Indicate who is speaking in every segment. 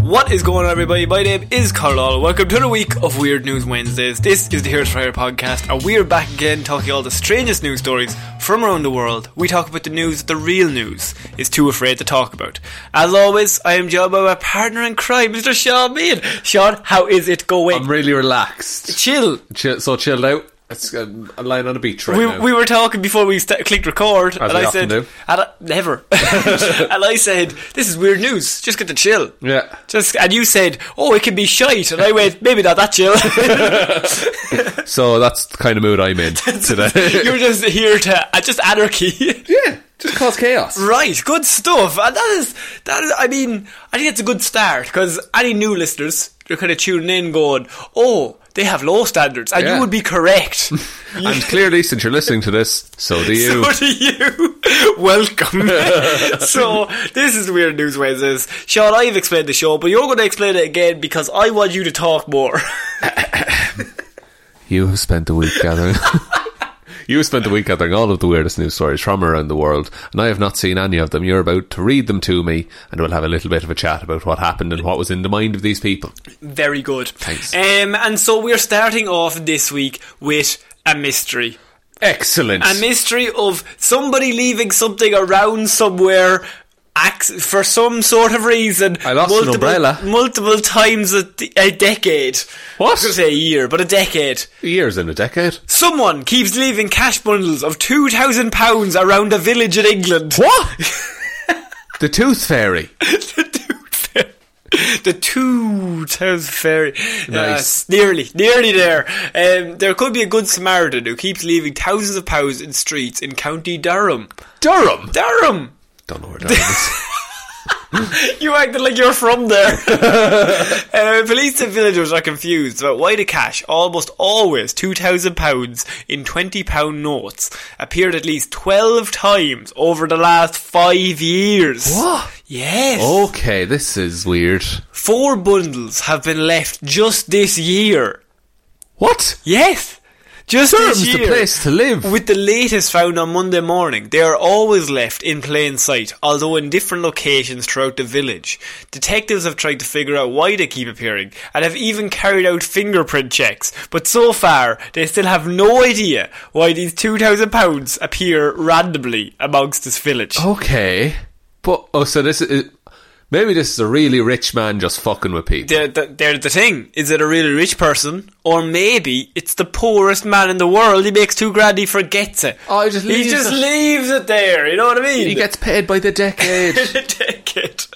Speaker 1: What is going on, everybody? My name is Carl. Welcome to the week of Weird News Wednesdays. This is the Here's Fire podcast, and we are back again talking all the strangest news stories from around the world. We talk about the news that the real news is too afraid to talk about. As always, I am joined by my partner in crime, Mr. Sean Mead. Sean, how is it going?
Speaker 2: I'm really relaxed.
Speaker 1: Chill.
Speaker 2: Chill, so chilled out. It's, um, I'm lying on a beach right
Speaker 1: we,
Speaker 2: now.
Speaker 1: we were talking before we st- clicked record, and
Speaker 2: we
Speaker 1: I said,
Speaker 2: often do.
Speaker 1: and I- never. and I said, this is weird news. Just get to chill.
Speaker 2: Yeah.
Speaker 1: Just and you said, oh, it can be shite, and I went, maybe not that chill.
Speaker 2: so that's the kind of mood I'm in today.
Speaker 1: You're just here to uh, just anarchy.
Speaker 2: yeah, just cause chaos.
Speaker 1: Right, good stuff. And that is that. Is, I mean, I think it's a good start because any new listeners, they're kind of tuning in, going, "Oh, they have low standards," and
Speaker 2: Yeah.
Speaker 1: you would be correct.
Speaker 2: And clearly, since you're listening to this, so do you.
Speaker 1: So do you. Welcome. so this is Weird News Wednesdays. Sean, I've explained the show, but you're going to explain it again because I want you to talk more.
Speaker 2: You have spent the week gathering. you have spent the week gathering all of the weirdest news stories from around the world, and I have not seen any of them. You're about to read them to me, and we'll have a little bit of a chat about what happened and what was in the mind of these people.
Speaker 1: Very good.
Speaker 2: Thanks.
Speaker 1: Um, and so we are starting off this week with a mystery.
Speaker 2: Excellent.
Speaker 1: a mystery of somebody leaving something around somewhere acc- for some sort of reason.
Speaker 2: I lost an umbrella.
Speaker 1: Multiple times a, d- a decade.
Speaker 2: What?
Speaker 1: I was going to say a year, but a decade.
Speaker 2: Years in a decade.
Speaker 1: Someone keeps leaving cash bundles of £2,000 around a village in England.
Speaker 2: What? the Tooth Fairy.
Speaker 1: The two times fairy.
Speaker 2: Nice.
Speaker 1: Yes, nearly, nearly there. Um, there could be a good Samaritan who keeps leaving thousands of pounds in streets in County Durham.
Speaker 2: Durham.
Speaker 1: Durham!
Speaker 2: Don't know where Durham is.
Speaker 1: You acted like you're from there. uh, police and villagers are confused about why the cash, almost always £2,000 in £20 notes, appeared at least 12 times over the last five years.
Speaker 2: What? Oh.
Speaker 1: Yes.
Speaker 2: Okay, this is weird.
Speaker 1: Four bundles have been left just this year.
Speaker 2: What?
Speaker 1: Yes. Just
Speaker 2: Durham's
Speaker 1: this
Speaker 2: the
Speaker 1: year.
Speaker 2: place to live.
Speaker 1: With the latest found on Monday morning, they are always left in plain sight, although in different locations throughout the village. Detectives have tried to figure out why they keep appearing and have even carried out fingerprint checks, but so far they still have no idea why these £2,000 appear randomly amongst this village.
Speaker 2: Oh. Okay, but oh, so this is maybe this is a really rich man just fucking with people.
Speaker 1: They're, the- they're the thing. Is it a really rich person? Or maybe it's the poorest man in the world. He makes two grand, he forgets it.
Speaker 2: Oh, he just leaves
Speaker 1: He just
Speaker 2: it.
Speaker 1: leaves it there, you know what I mean?
Speaker 2: He gets paid by the decade.
Speaker 1: Take it.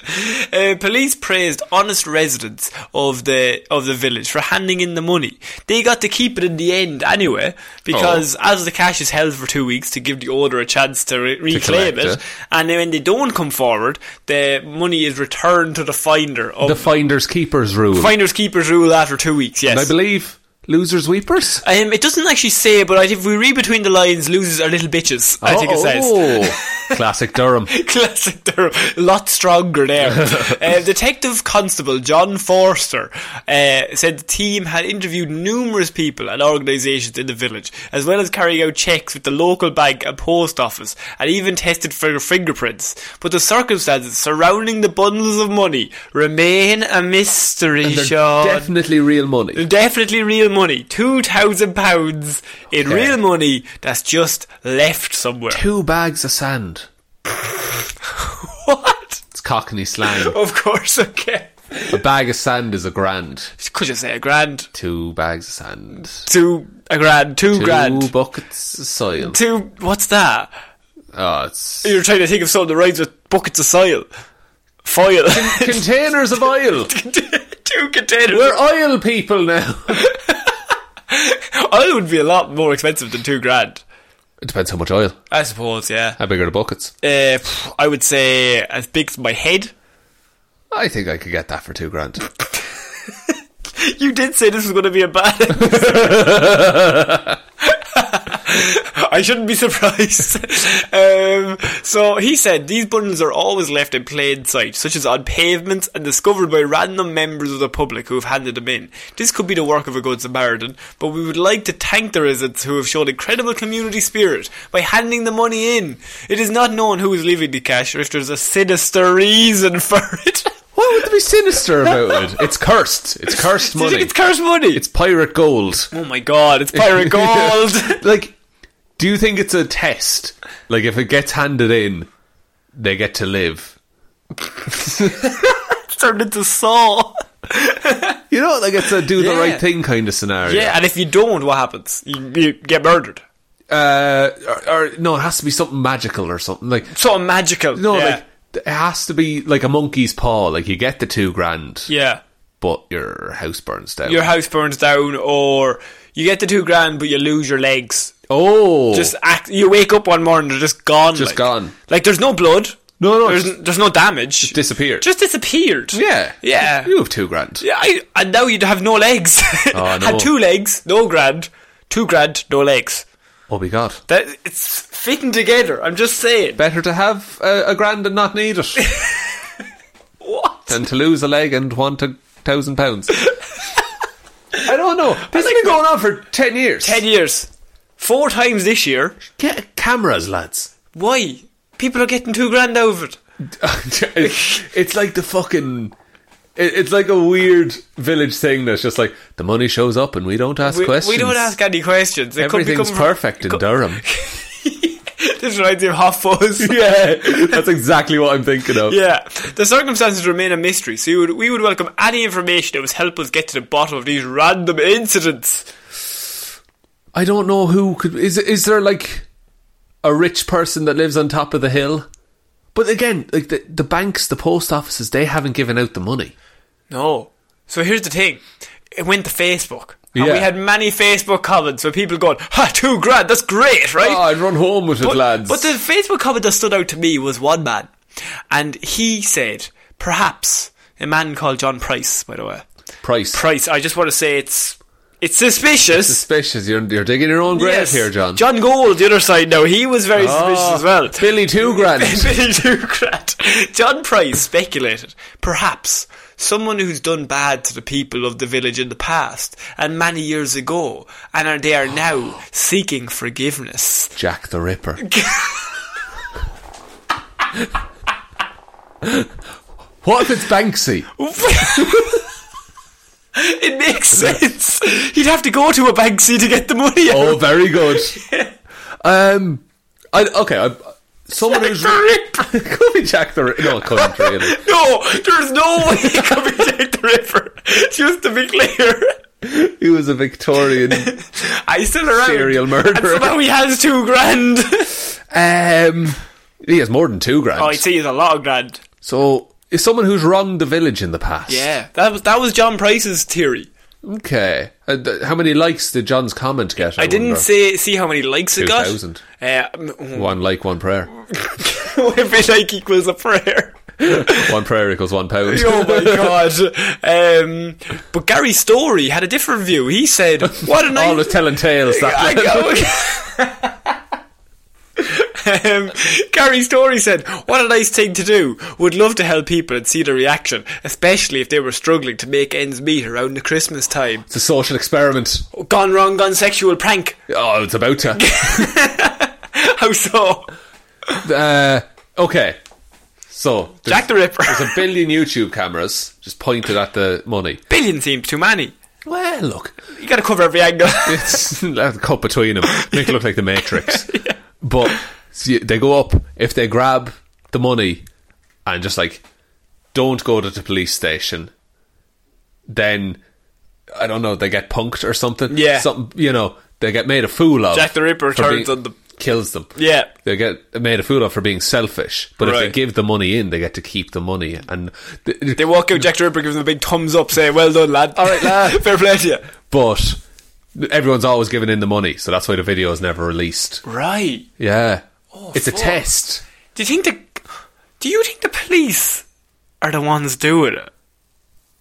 Speaker 1: Uh, police praised honest residents of the of the village for handing in the money. They got to keep it in the end anyway, because as the cash is held for two weeks to give the owner a chance to re- reclaim
Speaker 2: collect
Speaker 1: it,
Speaker 2: it.
Speaker 1: and then when they don't come forward, the money is returned to the finder of
Speaker 2: the finders keepers rule.
Speaker 1: finder's keepers rule after two weeks. Yes,
Speaker 2: and I believe losers weepers?
Speaker 1: Um, it doesn't actually say, but I- if we read between the lines, losers are little bitches. I think it
Speaker 2: Oh.
Speaker 1: says.
Speaker 2: says. Classic Durham.
Speaker 1: Classic, they're a lot stronger there. uh, Detective Constable John Forster uh, said the team had interviewed numerous people and organisations in the village, as well as carrying out checks with the local bank and post office, and even tested for fingerprints. But the circumstances surrounding the bundles of money remain a mystery,
Speaker 2: And they're
Speaker 1: Sean.
Speaker 2: definitely real money.
Speaker 1: Definitely real money. Two thousand pounds in
Speaker 2: Okay.
Speaker 1: real money that's just left somewhere.
Speaker 2: Two bags of sand.
Speaker 1: what? Oh.
Speaker 2: It's Cockney slang.
Speaker 1: Of course, okay.
Speaker 2: A bag of sand is a grand.
Speaker 1: Could you say a grand?
Speaker 2: Two bags of sand.
Speaker 1: Two a grand, two,
Speaker 2: Two
Speaker 1: grand.
Speaker 2: buckets of soil.
Speaker 1: two what's that?
Speaker 2: Oh, it's
Speaker 1: You're trying to think of something that rhymes with buckets of soil. Foil.
Speaker 2: containers of oil.
Speaker 1: two containers.
Speaker 2: We're oil people now.
Speaker 1: Oil would be a lot more expensive than two grand.
Speaker 2: It depends how much oil.
Speaker 1: I suppose, yeah.
Speaker 2: How big are the buckets?
Speaker 1: Uh, pff, I would say as big as my head.
Speaker 2: I think I could get that for two grand.
Speaker 1: You did say this was going to be a bad episode. I shouldn't be surprised. um, so he said these bundles are always left in plain sight, such as on pavements and discovered by random members of the public who have handed them in. This could be the work of a good Samaritan, but we would like to thank the residents who have shown incredible community spirit by handing the money in. It is not known who is leaving the cash or if there's a sinister reason for it.
Speaker 2: What would there be sinister about it? It's cursed. It's cursed
Speaker 1: Do you
Speaker 2: money.
Speaker 1: think it's cursed money?
Speaker 2: It's pirate gold.
Speaker 1: Oh my god, it's pirate gold!
Speaker 2: like, do you think it's a test? Like, if it gets handed in, they get to live.
Speaker 1: it's turned into Saw.
Speaker 2: You know, like it's a do the
Speaker 1: Yeah.
Speaker 2: right thing kind of scenario.
Speaker 1: Yeah, and if you don't, what happens? You, you get murdered.
Speaker 2: Uh, or, or no, it has to be something magical or something like
Speaker 1: Sort of magical.
Speaker 2: no,
Speaker 1: yeah.
Speaker 2: like it has to be like a monkey's paw. Like you get the two grand,
Speaker 1: yeah,
Speaker 2: but your house burns down.
Speaker 1: your house burns down, or you get the two grand, but you lose your legs.
Speaker 2: oh,
Speaker 1: Just act. You wake up one morning, they're just gone.
Speaker 2: Just
Speaker 1: like.
Speaker 2: gone.
Speaker 1: Like there's no blood.
Speaker 2: No, no,
Speaker 1: there's,
Speaker 2: just-
Speaker 1: there's no damage. Just
Speaker 2: disappeared.
Speaker 1: Just disappeared.
Speaker 2: yeah,
Speaker 1: yeah.
Speaker 2: You have two grand.
Speaker 1: Yeah, I, and now you'd have no legs.
Speaker 2: Oh, no.
Speaker 1: Had two legs, no grand. Two grand, no legs.
Speaker 2: Oh my god.
Speaker 1: That it's fitting together. I'm just saying.
Speaker 2: Better to have a, a grand and not need it
Speaker 1: What?
Speaker 2: than to lose a leg and want a thousand pounds. I don't know. This has
Speaker 1: like
Speaker 2: been going on for ten years.
Speaker 1: 10 years. Four times this year.
Speaker 2: Get cameras, lads.
Speaker 1: Why? People are getting two grand over it.
Speaker 2: it's, it's like the fucking. It, it's like a weird village thing that's just like the money shows up and we don't ask
Speaker 1: We,
Speaker 2: questions.
Speaker 1: we don't ask any questions. It could be
Speaker 2: Everything's
Speaker 1: coming from-
Speaker 2: perfect in
Speaker 1: co-
Speaker 2: Durham.
Speaker 1: this reminds me of Hot Fuzz.
Speaker 2: yeah, that's exactly what I'm thinking of.
Speaker 1: Yeah. The circumstances remain a mystery, so you would, we would welcome any information that would help us get to the bottom of these random incidents.
Speaker 2: I don't know who could. Is is there like a rich person that lives on top of the hill? But again, like the, the banks, the post offices, they haven't given out the money.
Speaker 1: No. So here's the thing. It went to Facebook. And
Speaker 2: Yeah.
Speaker 1: we had many Facebook comments where people going, ha, two grand, that's great, right?
Speaker 2: Oh, I'd run home with it,
Speaker 1: But,
Speaker 2: lads.
Speaker 1: but the Facebook comment that stood out to me was one man, and he said, perhaps a man called John Price. By the way,
Speaker 2: price,
Speaker 1: Price. I just want to say it's it's suspicious.
Speaker 2: suspicious. You're, you're digging your own grave
Speaker 1: Yes.
Speaker 2: here, John.
Speaker 1: John Gold, the other side now, he was very
Speaker 2: Oh,
Speaker 1: suspicious as well.
Speaker 2: Billy Two Grand.
Speaker 1: Billy Two Grand. John Price speculated, perhaps someone who's done bad to the people of the village in the past and many years ago, and are they are now seeking forgiveness.
Speaker 2: Jack the Ripper. what if it's Banksy?
Speaker 1: It makes sense. He'd have to go to a Banksy to get the money.
Speaker 2: Oh, very good. Um, I, okay, I, someone who's
Speaker 1: Ripper.
Speaker 2: could be Jack the Ripper. No, it couldn't really.
Speaker 1: No, there's no way it could be Jack the Ripper. Just to be clear,
Speaker 2: He was a Victorian.
Speaker 1: I still around.
Speaker 2: Serial murderer.
Speaker 1: Um, And somehow he has two grand.
Speaker 2: Um, he has more than two grand.
Speaker 1: oh, I'd say he's a lot of grand.
Speaker 2: so is someone who's wronged the village in the past.
Speaker 1: Yeah, that was that was John Price's theory.
Speaker 2: Okay. Uh, th- how many likes did John's comment get? I,
Speaker 1: I, didn't
Speaker 2: wonder?
Speaker 1: say see how many likes it got.
Speaker 2: 2,000.
Speaker 1: Uh, mm,
Speaker 2: one like, one prayer.
Speaker 1: Every like equals a prayer.
Speaker 2: one prayer equals one pound.
Speaker 1: Oh my god! Um, but Gary Story had a different view. He said, "What a nice
Speaker 2: All is telling tales. That
Speaker 1: I go. Um, Gary Story said, "What a nice thing to do. Would love to help people and see their reaction, especially if they were struggling to make ends meet around the Christmas time.
Speaker 2: It's a social experiment.
Speaker 1: Gone wrong, gone sexual prank.
Speaker 2: Oh, it's about to.
Speaker 1: How so?
Speaker 2: Uh, okay. So, there's,
Speaker 1: Jack the Ripper.
Speaker 2: there's a billion YouTube cameras just pointed at the money.
Speaker 1: Billion seems too many.
Speaker 2: Well, look,
Speaker 1: You got to cover every angle.
Speaker 2: it's a cut between them. Make it look like the Matrix. But see, they go up if they grab the money and just like don't go to the police station. Then I don't know. They get punked or something.
Speaker 1: Yeah.
Speaker 2: something you know. They get made a fool of.
Speaker 1: Jack the Ripper
Speaker 2: for
Speaker 1: turns on them.
Speaker 2: kills them.
Speaker 1: Yeah.
Speaker 2: they get made a fool of for being selfish. But if they
Speaker 1: Right.
Speaker 2: give the money in, they get to keep the money. And th-
Speaker 1: they walk out. Jack the Ripper gives them a big thumbs up, saying, "Well done, lad. All right, lad. Fair play to you."
Speaker 2: but everyone's always giving in the money, so that's why the video is never released.
Speaker 1: Right.
Speaker 2: Yeah. it's a
Speaker 1: fuck.
Speaker 2: test.
Speaker 1: Do you think the? Do you think the police are the ones doing it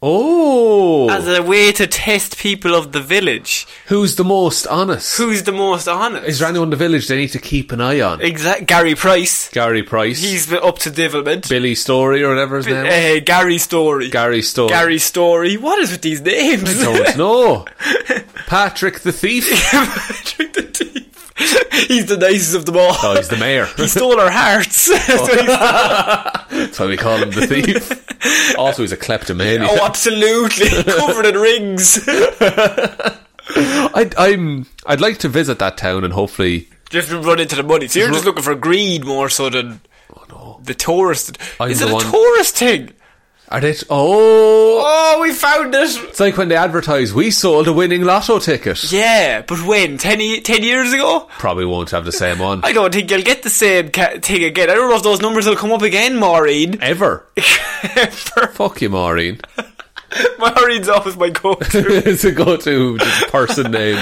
Speaker 2: Oh.
Speaker 1: as a way to test people of the village?
Speaker 2: who's the most honest?
Speaker 1: Who's the most honest?
Speaker 2: Is there anyone in the village they need to keep an eye on?
Speaker 1: Exact Gary Price.
Speaker 2: Gary Price.
Speaker 1: He's been up to devilment.
Speaker 2: Billy Story or whatever his name was.
Speaker 1: Uh, Gary Story.
Speaker 2: eh, Gary Story.
Speaker 1: Gary Story. What is with these names?
Speaker 2: I don't know. Patrick the Thief.
Speaker 1: Patrick the Thief. He's the nicest of them all.
Speaker 2: Oh, he's the mayor.
Speaker 1: he stole our hearts. So he's-
Speaker 2: That's why we call him the Thief. Also, he's a kleptomaniac.
Speaker 1: oh, absolutely. Covered in rings.
Speaker 2: I'd, I'm, I'd like to visit that town and hopefully.
Speaker 1: just run into the money. So you're just looking for greed more so than the tourist.
Speaker 2: I'm
Speaker 1: is
Speaker 2: the
Speaker 1: it a
Speaker 2: one-
Speaker 1: tourist thing?
Speaker 2: Are they? Oh!
Speaker 1: Oh, we found it.
Speaker 2: It's like when they advertise, we sold a winning lotto ticket.
Speaker 1: Yeah, but when? Ten, ye- 10 years ago?
Speaker 2: Probably won't have the same one.
Speaker 1: I don't think you'll get the same ca- thing again. I don't know if those numbers will come up again, Maureen.
Speaker 2: Ever. Fuck you, Maureen.
Speaker 1: Maureen's always my go-to.
Speaker 2: it's a go-to just person name.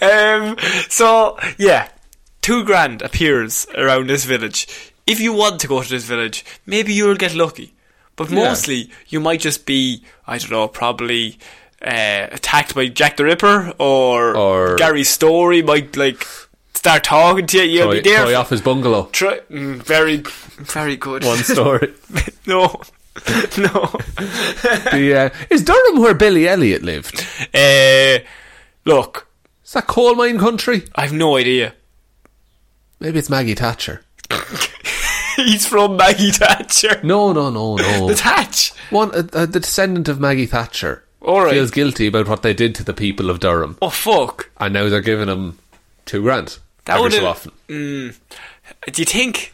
Speaker 1: um, so yeah, two grand appears around this village. If you want to go to this village, maybe you'll get lucky. But mostly, you might just be I don't know, probably uh, attacked by Jack the Ripper or,
Speaker 2: Or-
Speaker 1: Gary Story might like start talking to you. You'll
Speaker 2: Toy,
Speaker 1: be there.
Speaker 2: toy off his bungalow.
Speaker 1: Try- mm, very, very good.
Speaker 2: One story.
Speaker 1: no. no.
Speaker 2: the, uh, is Durham where Billy Elliot lived?
Speaker 1: Uh, look,
Speaker 2: Is that coal mine country?
Speaker 1: I've no idea.
Speaker 2: Maybe it's Maggie Thatcher.
Speaker 1: He's from Maggie Thatcher.
Speaker 2: No, no, no, no.
Speaker 1: The Thatch.
Speaker 2: One, uh, uh, the descendant of Maggie Thatcher
Speaker 1: All right.
Speaker 2: feels guilty about what they did to the people of Durham,
Speaker 1: Oh fuck!
Speaker 2: and now they're giving him two grand every
Speaker 1: would've-
Speaker 2: so often.
Speaker 1: Mm. Do you think?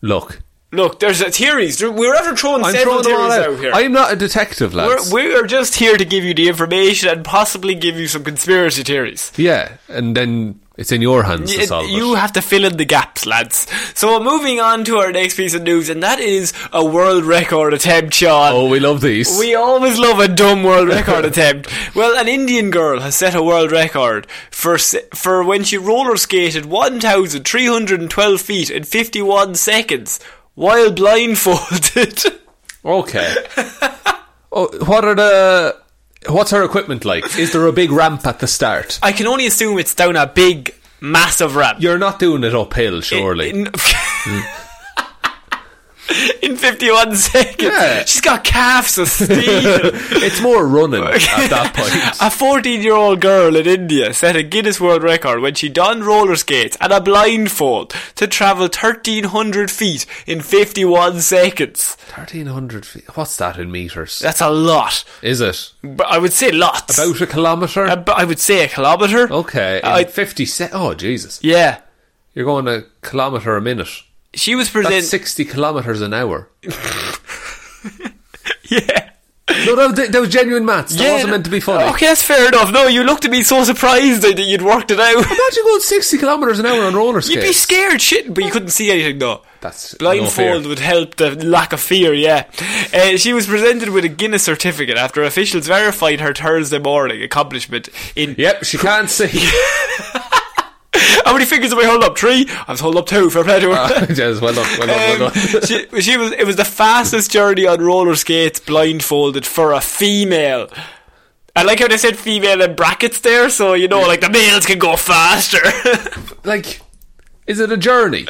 Speaker 2: Look,
Speaker 1: Look, there's uh, theories. There- We're ever throwing
Speaker 2: I'm
Speaker 1: several
Speaker 2: throwing them all
Speaker 1: theories
Speaker 2: out.
Speaker 1: out here.
Speaker 2: I'm not a detective, lads.
Speaker 1: we're, we are just here to give you the information and possibly give you some conspiracy theories.
Speaker 2: yeah, and then it's in your hands to
Speaker 1: It-
Speaker 2: solve it.
Speaker 1: you have to fill in the gaps, lads. So moving on to our next piece of news, and that is a world record attempt, Sean.
Speaker 2: oh, we love these.
Speaker 1: We always love a dumb world record attempt. Well, an Indian girl has set a world record for s- for when she roller skated 1,312 feet in 51 seconds while blindfolded.
Speaker 2: Okay. oh, what are the? What's her equipment like? Is there a big ramp at the start?
Speaker 1: I can only assume it's down a big, massive ramp.
Speaker 2: You're not doing it uphill, surely.
Speaker 1: In, in 51 seconds.
Speaker 2: Yeah.
Speaker 1: She's got calves of steel.
Speaker 2: it's more running at that point.
Speaker 1: A 14 year old girl in India set a Guinness World Record when she donned roller skates and a blindfold to travel 1300 feet in 51 seconds.
Speaker 2: Thirteen hundred feet. What's that in meters?
Speaker 1: That's a lot.
Speaker 2: Is it
Speaker 1: But I would say lots.
Speaker 2: about a kilometer?
Speaker 1: Ab- I would say a kilometre.
Speaker 2: okay, in
Speaker 1: Um, I-
Speaker 2: fifty. Se- oh Jesus!
Speaker 1: Yeah.
Speaker 2: You're going a kilometer a minute.
Speaker 1: She was
Speaker 2: That's
Speaker 1: presented.
Speaker 2: sixty kilometers an hour.
Speaker 1: Yeah.
Speaker 2: No, that, was- that was genuine maths. That
Speaker 1: yeah.
Speaker 2: wasn't meant to be funny.
Speaker 1: Okay, that's fair enough. No, you looked at me so surprised that you'd worked it out.
Speaker 2: Imagine going sixty kilometers an hour on roller skates.
Speaker 1: You'd be scared shit, but you couldn't see anything though.
Speaker 2: That's no
Speaker 1: blindfold
Speaker 2: fear.
Speaker 1: would help the lack of fear. Yeah, uh, she was presented with a Guinness certificate after officials verified her Thursday morning accomplishment in
Speaker 2: Yep, she can't see.
Speaker 1: How many fingers did we hold up? Three? I was holding up two, fair play to her.
Speaker 2: yes, well done, well done, well
Speaker 1: Um,
Speaker 2: done.
Speaker 1: she, she was. It was the fastest journey on roller skates, blindfolded for a female. I like how they said female in brackets there, so you know, like the males can go faster.
Speaker 2: Like, is it a journey?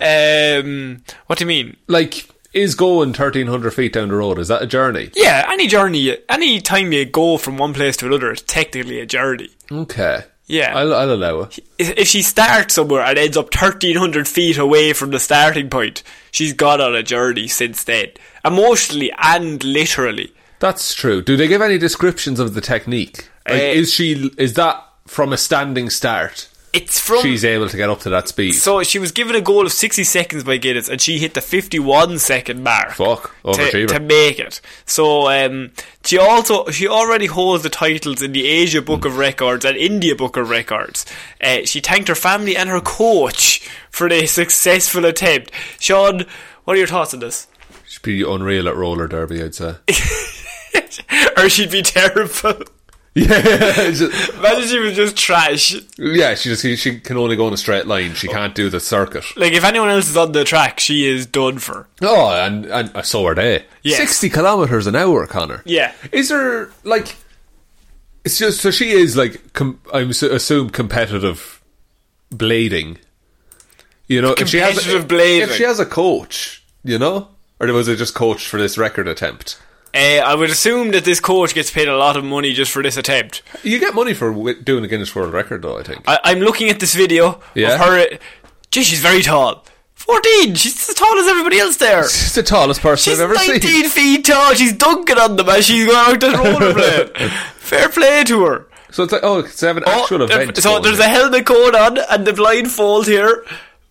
Speaker 1: um, what do you mean?
Speaker 2: Like, is going 1,300 feet down the road, is that a journey?
Speaker 1: Yeah, any journey, any time you go from one place to another is technically a journey.
Speaker 2: Okay.
Speaker 1: Yeah.
Speaker 2: I'll, I'll allow it.
Speaker 1: If if she starts somewhere and ends up 1300 feet away from the starting point, she's gone on a journey since then. Emotionally and literally.
Speaker 2: That's true. Do they give any descriptions of the technique? Like,
Speaker 1: Eh.
Speaker 2: is she is that from a standing start?
Speaker 1: It's from.
Speaker 2: She's able to get up to that speed.
Speaker 1: So she was given a goal of 60 seconds by Guinness and she hit the 51 second mark.
Speaker 2: Fuck,
Speaker 1: To,
Speaker 2: overachiever.
Speaker 1: to make it. So um, she also she already holds the titles in the Asia Book of Records and India Book of Records. Uh, she thanked her family and her coach for the successful attempt. Sean, what are your thoughts on this?
Speaker 2: She'd be unreal at roller derby, I'd say.
Speaker 1: or she'd be terrible.
Speaker 2: yeah, just-
Speaker 1: Imagine she was just trash.
Speaker 2: yeah. She just she can only go in a straight line. She can't do the circuit.
Speaker 1: Like if anyone else is on the track, she is done for.
Speaker 2: Oh, and, and uh, so are they.
Speaker 1: Yes.
Speaker 2: Sixty kilometers an hour, Connor.
Speaker 1: Yeah.
Speaker 2: Is there like? It's just so she is like com- I'm s- assume competitive blading. You know, if she has
Speaker 1: Competitive
Speaker 2: if-
Speaker 1: blading.
Speaker 2: If she has a coach, you know, or was it just coached for this record attempt?
Speaker 1: Uh, I would assume that this coach gets paid a lot of money just for this attempt.
Speaker 2: You get money for wi- doing a Guinness World Record, though. I think.
Speaker 1: I, I'm looking at this video
Speaker 2: Yeah.
Speaker 1: of her. Gee, she's very tall. 14! She's as tall as everybody else there!
Speaker 2: She's the tallest person
Speaker 1: She's
Speaker 2: I've ever
Speaker 1: 19
Speaker 2: seen.
Speaker 1: feet tall! She's dunking on them as she's going out to rollerblade! Fair play to her!
Speaker 2: So it's like, oh, it's have an
Speaker 1: Oh,
Speaker 2: actual event.
Speaker 1: so
Speaker 2: going
Speaker 1: there's
Speaker 2: here.
Speaker 1: a helmet cone on and the blindfold here.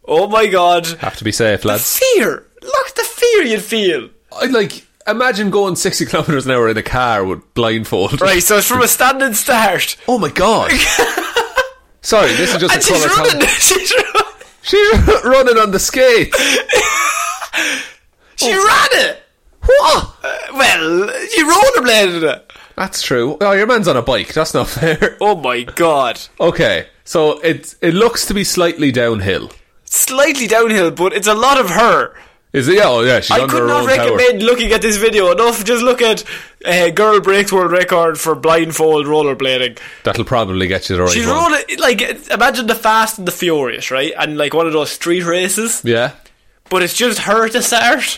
Speaker 1: Oh my god.
Speaker 2: have to be safe,
Speaker 1: The
Speaker 2: lads.
Speaker 1: fear! Look at the fear you'd feel!
Speaker 2: I like imagine going sixty kilometers an hour in a car with blindfold.
Speaker 1: Right, so it's from a standing start.
Speaker 2: Oh my god. Sorry, this is just
Speaker 1: And
Speaker 2: a
Speaker 1: she's running!
Speaker 2: colour con-
Speaker 1: She's run-
Speaker 2: She's running on the skate.
Speaker 1: She ran it! What? well, she rollerbladed it!
Speaker 2: That's true. Oh, your man's on a bike. That's not fair.
Speaker 1: Oh my god.
Speaker 2: Okay, so it it looks to be slightly downhill.
Speaker 1: Slightly downhill, but it's a lot of her.
Speaker 2: Is it? Oh yeah, she's
Speaker 1: I
Speaker 2: under
Speaker 1: could
Speaker 2: her
Speaker 1: not
Speaker 2: own
Speaker 1: recommend looking at this video enough. Just look at uh, Girl Breaks World Record for Blindfold Rollerblading.
Speaker 2: power. That'll probably get you the right
Speaker 1: She's
Speaker 2: one.
Speaker 1: rolling, like, imagine the Fast and the Furious, right? And like one of those street races.
Speaker 2: Yeah.
Speaker 1: But it's just her to start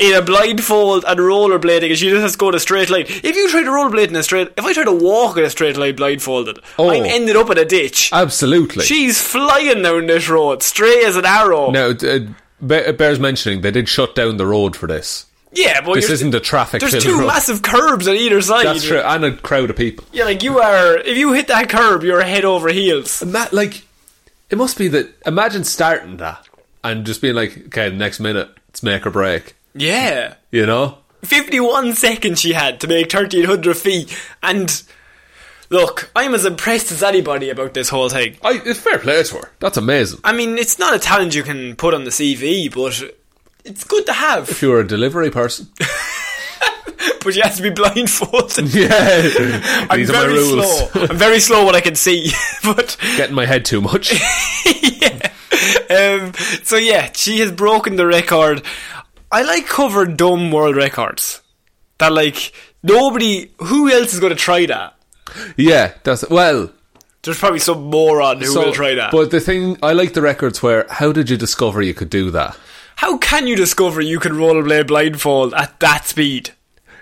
Speaker 1: in a blindfold and rollerblading, and she just has to go in a straight line. If you try to rollerblade in a straight, if I try to walk in a straight line blindfolded,
Speaker 2: Oh.
Speaker 1: I'm ended up in a ditch.
Speaker 2: Absolutely.
Speaker 1: She's flying down this road, straight as an arrow.
Speaker 2: now it, it be- it bears mentioning they did shut down the road for this.
Speaker 1: yeah, but
Speaker 2: This
Speaker 1: you're-
Speaker 2: isn't a traffic
Speaker 1: There's
Speaker 2: filled
Speaker 1: two
Speaker 2: road.
Speaker 1: massive curbs on either side.
Speaker 2: That's true, and a crowd of people.
Speaker 1: Yeah, like you are. If you hit that curb, you're head over heels.
Speaker 2: And that, like, it must be that. Imagine starting that and just being like, okay, next minute, it's make or break.
Speaker 1: Yeah.
Speaker 2: You know?
Speaker 1: 51 seconds she had to make 1300 feet. And look, I'm as impressed as anybody about this whole thing.
Speaker 2: I, it's fair play to her. That's amazing.
Speaker 1: I mean, it's not a talent you can put on the CV, but it's good to have.
Speaker 2: If you were a delivery person.
Speaker 1: But you have to be blindfolded.
Speaker 2: yeah.
Speaker 1: I'm
Speaker 2: These are my
Speaker 1: very
Speaker 2: rules.
Speaker 1: slow. I'm very slow when I can see. but
Speaker 2: Getting my head too much.
Speaker 1: um, so yeah, she has broken the record. I like cover dumb world records. That like nobody, who else is going to try that?
Speaker 2: yeah, that's. Well.
Speaker 1: There's probably some moron who
Speaker 2: so-
Speaker 1: will try that.
Speaker 2: But the thing, I like the records where, how did you discover you could do that?
Speaker 1: how can you discover you can rollerblade blindfold at that speed?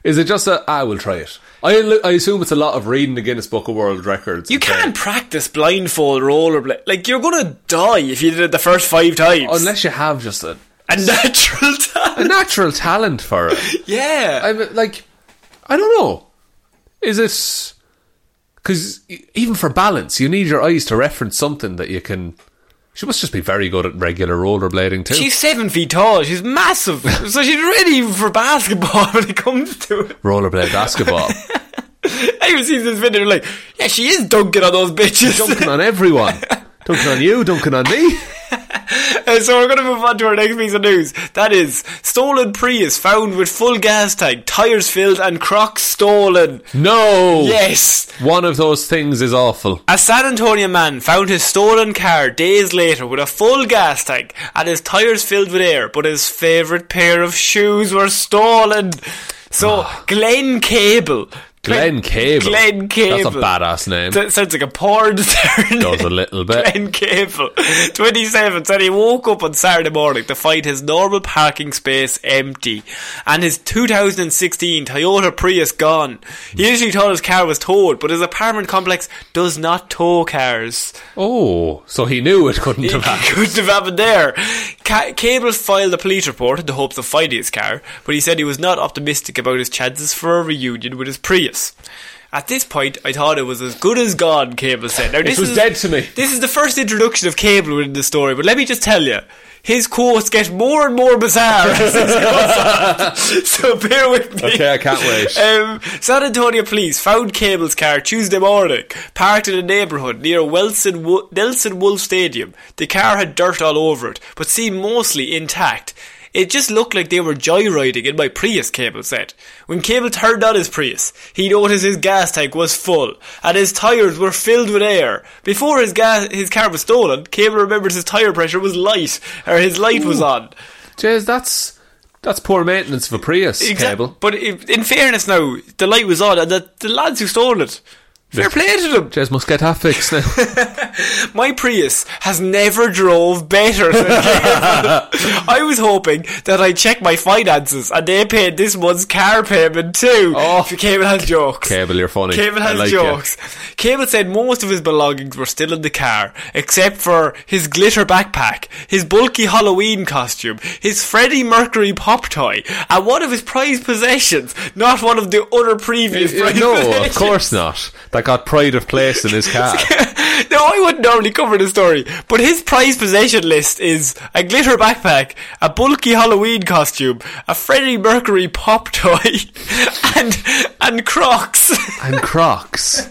Speaker 2: Is it just a, I will try it? I, I assume it's a lot of reading the Guinness Book of World Records.
Speaker 1: You
Speaker 2: and saying-
Speaker 1: can't practice blindfold rollerblade. Like you're gonna die if you did it the first five times.
Speaker 2: Unless you have just a,
Speaker 1: a natural
Speaker 2: a
Speaker 1: talent.
Speaker 2: natural talent for it.
Speaker 1: yeah.
Speaker 2: I'm like, I don't know. Is it because even for balance, you need your eyes to reference something that you can. She must just be very good at regular rollerblading too.
Speaker 1: She's seven feet tall. She's massive. so she's ready for basketball when it comes to it.
Speaker 2: Rollerblade basketball,
Speaker 1: Anyone sees this video like, yeah, she is dunking on those bitches.
Speaker 2: dunking on everyone, dunking on you, dunking on me.
Speaker 1: Uh, so we're going to move on to our next piece of news. That is, Stolen Prius found with full gas tank, tires filled, and Crocs stolen.
Speaker 2: No!
Speaker 1: Yes.
Speaker 2: One of those things is awful.
Speaker 1: A San Antonio man found his stolen car days later with a full gas tank and his tires filled with air, but his favourite pair of shoes were stolen. So, Glenn Cable.
Speaker 2: Ah. Glenn Cable.
Speaker 1: Glenn Cable.
Speaker 2: That's a badass name.
Speaker 1: That sounds like a porn star. name.
Speaker 2: Does a little bit.
Speaker 1: Glenn Cable, 27, said he woke up on Saturday morning to find his normal parking space empty and his 2016 Toyota Prius gone. He initially thought his car was towed, but his apartment complex does not tow cars.
Speaker 2: Oh, so he knew it couldn't have happened.
Speaker 1: Couldn't have happened there. Ca- Cable filed a police report in the hopes of finding his car, but he said he was not optimistic about his chances for a reunion with his Prius. At this point, I thought it was as good as gone, Cable said. Now, this
Speaker 2: was
Speaker 1: is,
Speaker 2: dead to me.
Speaker 1: This is the first introduction of Cable within the story, but let me just tell you. His quotes get more and more bizarre as this goes on. So bear with me.
Speaker 2: Okay, I can't wait.
Speaker 1: Um, San Antonio police found Cable's car Tuesday morning, parked in a neighbourhood near Wilson Wo- Nelson Wolf Stadium. The car had dirt all over it, but seemed mostly intact. It just looked like they were joyriding in my Prius, Cable said. When Cable turned on his Prius, he noticed his gas tank was full, and his tyres were filled with air. Before his, gas- his car was stolen, Cable remembers his tyre pressure was light, or his light was on.
Speaker 2: Jeez, that's that's poor maintenance of a Prius,
Speaker 1: Exactly.
Speaker 2: Cable.
Speaker 1: But i- in fairness, now the light was on, and the, the lads who stole it, fair play to them.
Speaker 2: Jez must get that fixed now.
Speaker 1: My Prius has never drove better. Than I was hoping that I check my finances, and they paid this month's car payment too.
Speaker 2: Oh.
Speaker 1: If Cable has jokes.
Speaker 2: Cable, you're funny.
Speaker 1: Cable
Speaker 2: I
Speaker 1: has
Speaker 2: like you.
Speaker 1: jokes. Cable said most of his belongings were still in the car, except for his glitter backpack, his bulky Halloween costume, his Freddie Mercury pop toy, and one of his prized possessions, not one of the other previous
Speaker 2: Uh,
Speaker 1: prized
Speaker 2: no, of
Speaker 1: possessions.
Speaker 2: course not. That got pride of place in his car.
Speaker 1: no, I wouldn't normally cover the story, but his prized possession list is a glitter backpack, a bulky Halloween costume, a Freddie Mercury pop toy, and and Crocs.
Speaker 2: and Crocs.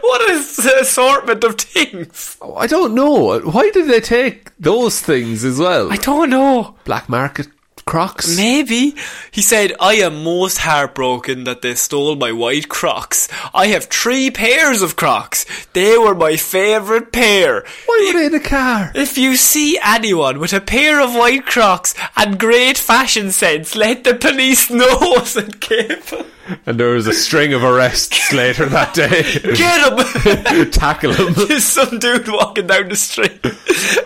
Speaker 1: what an assortment of things!
Speaker 2: Oh, I don't know. Why did they take those things as well?
Speaker 1: I don't know.
Speaker 2: Black market Crocs.
Speaker 1: Maybe. He said, I am most heartbroken that they stole my white Crocs. I have three pairs of Crocs. They were my favourite pair.
Speaker 2: Why were they in a car?
Speaker 1: If you see anyone with a pair of white Crocs and great fashion sense, let the police know, said Cable.
Speaker 2: And there was a string of arrests later that day.
Speaker 1: Get him!
Speaker 2: Tackle them.
Speaker 1: There's some dude walking down the street.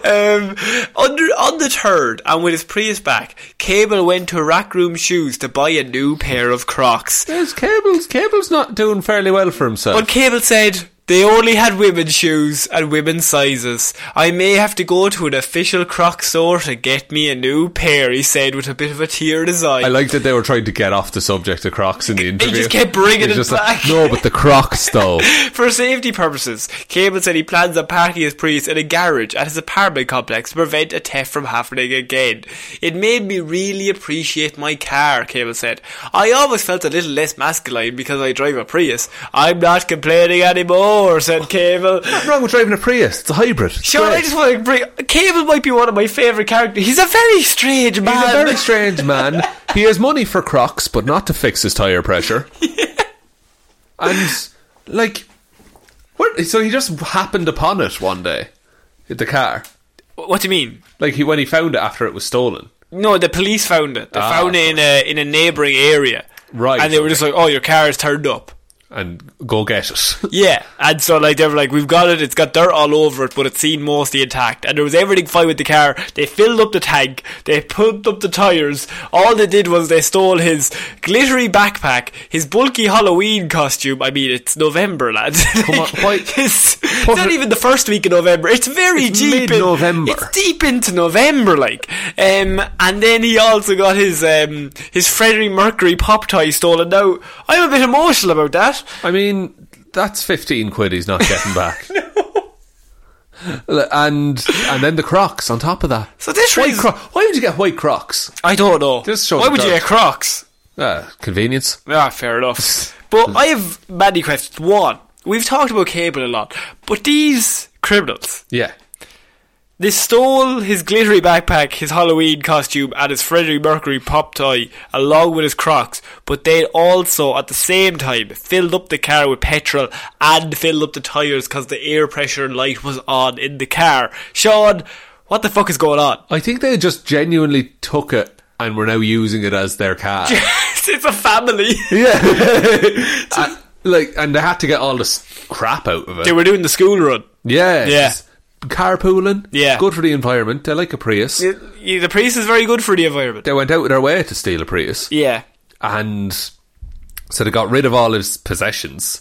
Speaker 1: Um, under, on the third, and with his Prius back, Cable went to Rack Room Shoes to buy a new pair of Crocs.
Speaker 2: There's cables. Cable's not doing fairly well for himself.
Speaker 1: But Cable said they only had women's shoes and women's sizes. I may have to go to an official croc store to get me a new pair, he said with a bit of a tear in his eye.
Speaker 2: I like that they were trying to get off the subject of Crocs in the interview.
Speaker 1: just kept bringing
Speaker 2: It was
Speaker 1: it
Speaker 2: just like,
Speaker 1: back.
Speaker 2: no, but the Crocs though.
Speaker 1: For safety purposes, Cable said he plans on parking his Prius in a garage at his apartment complex to prevent a theft from happening again. It made me really appreciate my car, Cable said. I always felt a little less masculine because I drive a Prius. I'm not complaining anymore, said Cable.
Speaker 2: What's wrong with driving a Prius? It's a hybrid. It's
Speaker 1: Sure, I
Speaker 2: great.
Speaker 1: just want to bring. Cable might be one of my favourite characters. He's a very strange man.
Speaker 2: He's a very strange man. He has money for Crocs, but not to fix his tire pressure. And like, what? So he just happened upon it one day, the car.
Speaker 1: what do you mean?
Speaker 2: Like he when he found it after it was stolen.
Speaker 1: No, the police found it. They
Speaker 2: Ah,
Speaker 1: found it in a in a neighbouring area.
Speaker 2: Right,
Speaker 1: And they were just like, "Oh, your car is turned up."
Speaker 2: And go get it.
Speaker 1: Yeah, and so like they were like, "We've got it. It's got dirt all over it, but it seemed mostly intact." And there was everything fine with the car. They filled up the tank. They pumped up the tires. All they did was they stole his glittery backpack, his bulky Halloween costume. I mean, it's November, lads. Come
Speaker 2: on, why-
Speaker 1: it's, it's
Speaker 2: Put
Speaker 1: not
Speaker 2: it-
Speaker 1: even the first week of November. It's very
Speaker 2: It's
Speaker 1: deep in
Speaker 2: mid-November.
Speaker 1: It's deep into November, like. Um, and then he also got his um his Freddie Mercury pop tie stolen. Now I'm a bit emotional about that.
Speaker 2: I mean, that's fifteen quid he's not getting back. L- And and then the Crocs on top of that.
Speaker 1: So this
Speaker 2: white
Speaker 1: raises-
Speaker 2: Cro- why would you get white Crocs?
Speaker 1: I don't know.
Speaker 2: Just show
Speaker 1: Why
Speaker 2: the
Speaker 1: would you
Speaker 2: dirt.
Speaker 1: get Crocs?
Speaker 2: Ah, convenience.
Speaker 1: Ah, fair enough. But I have many questions. One, we've talked about cable a lot, but these criminals,
Speaker 2: Yeah.
Speaker 1: They stole his glittery backpack, his Halloween costume, and his Freddie Mercury pop toy, along with his Crocs, but they also, at the same time, filled up the car with petrol and filled up the tyres because the air pressure light was on in the car. Sean, what the fuck is going on?
Speaker 2: I think they just genuinely took it and were now using it as their car.
Speaker 1: it's a family.
Speaker 2: Uh, like, and they had to get all this crap out of it.
Speaker 1: They were doing the school run.
Speaker 2: yes. Carpooling.
Speaker 1: Yeah.
Speaker 2: Good for the environment. They like a Prius.
Speaker 1: Yeah, yeah, The priest is very good for the environment.
Speaker 2: They went out of their way to steal a Prius.
Speaker 1: Yeah.
Speaker 2: And so they got rid of all his possessions.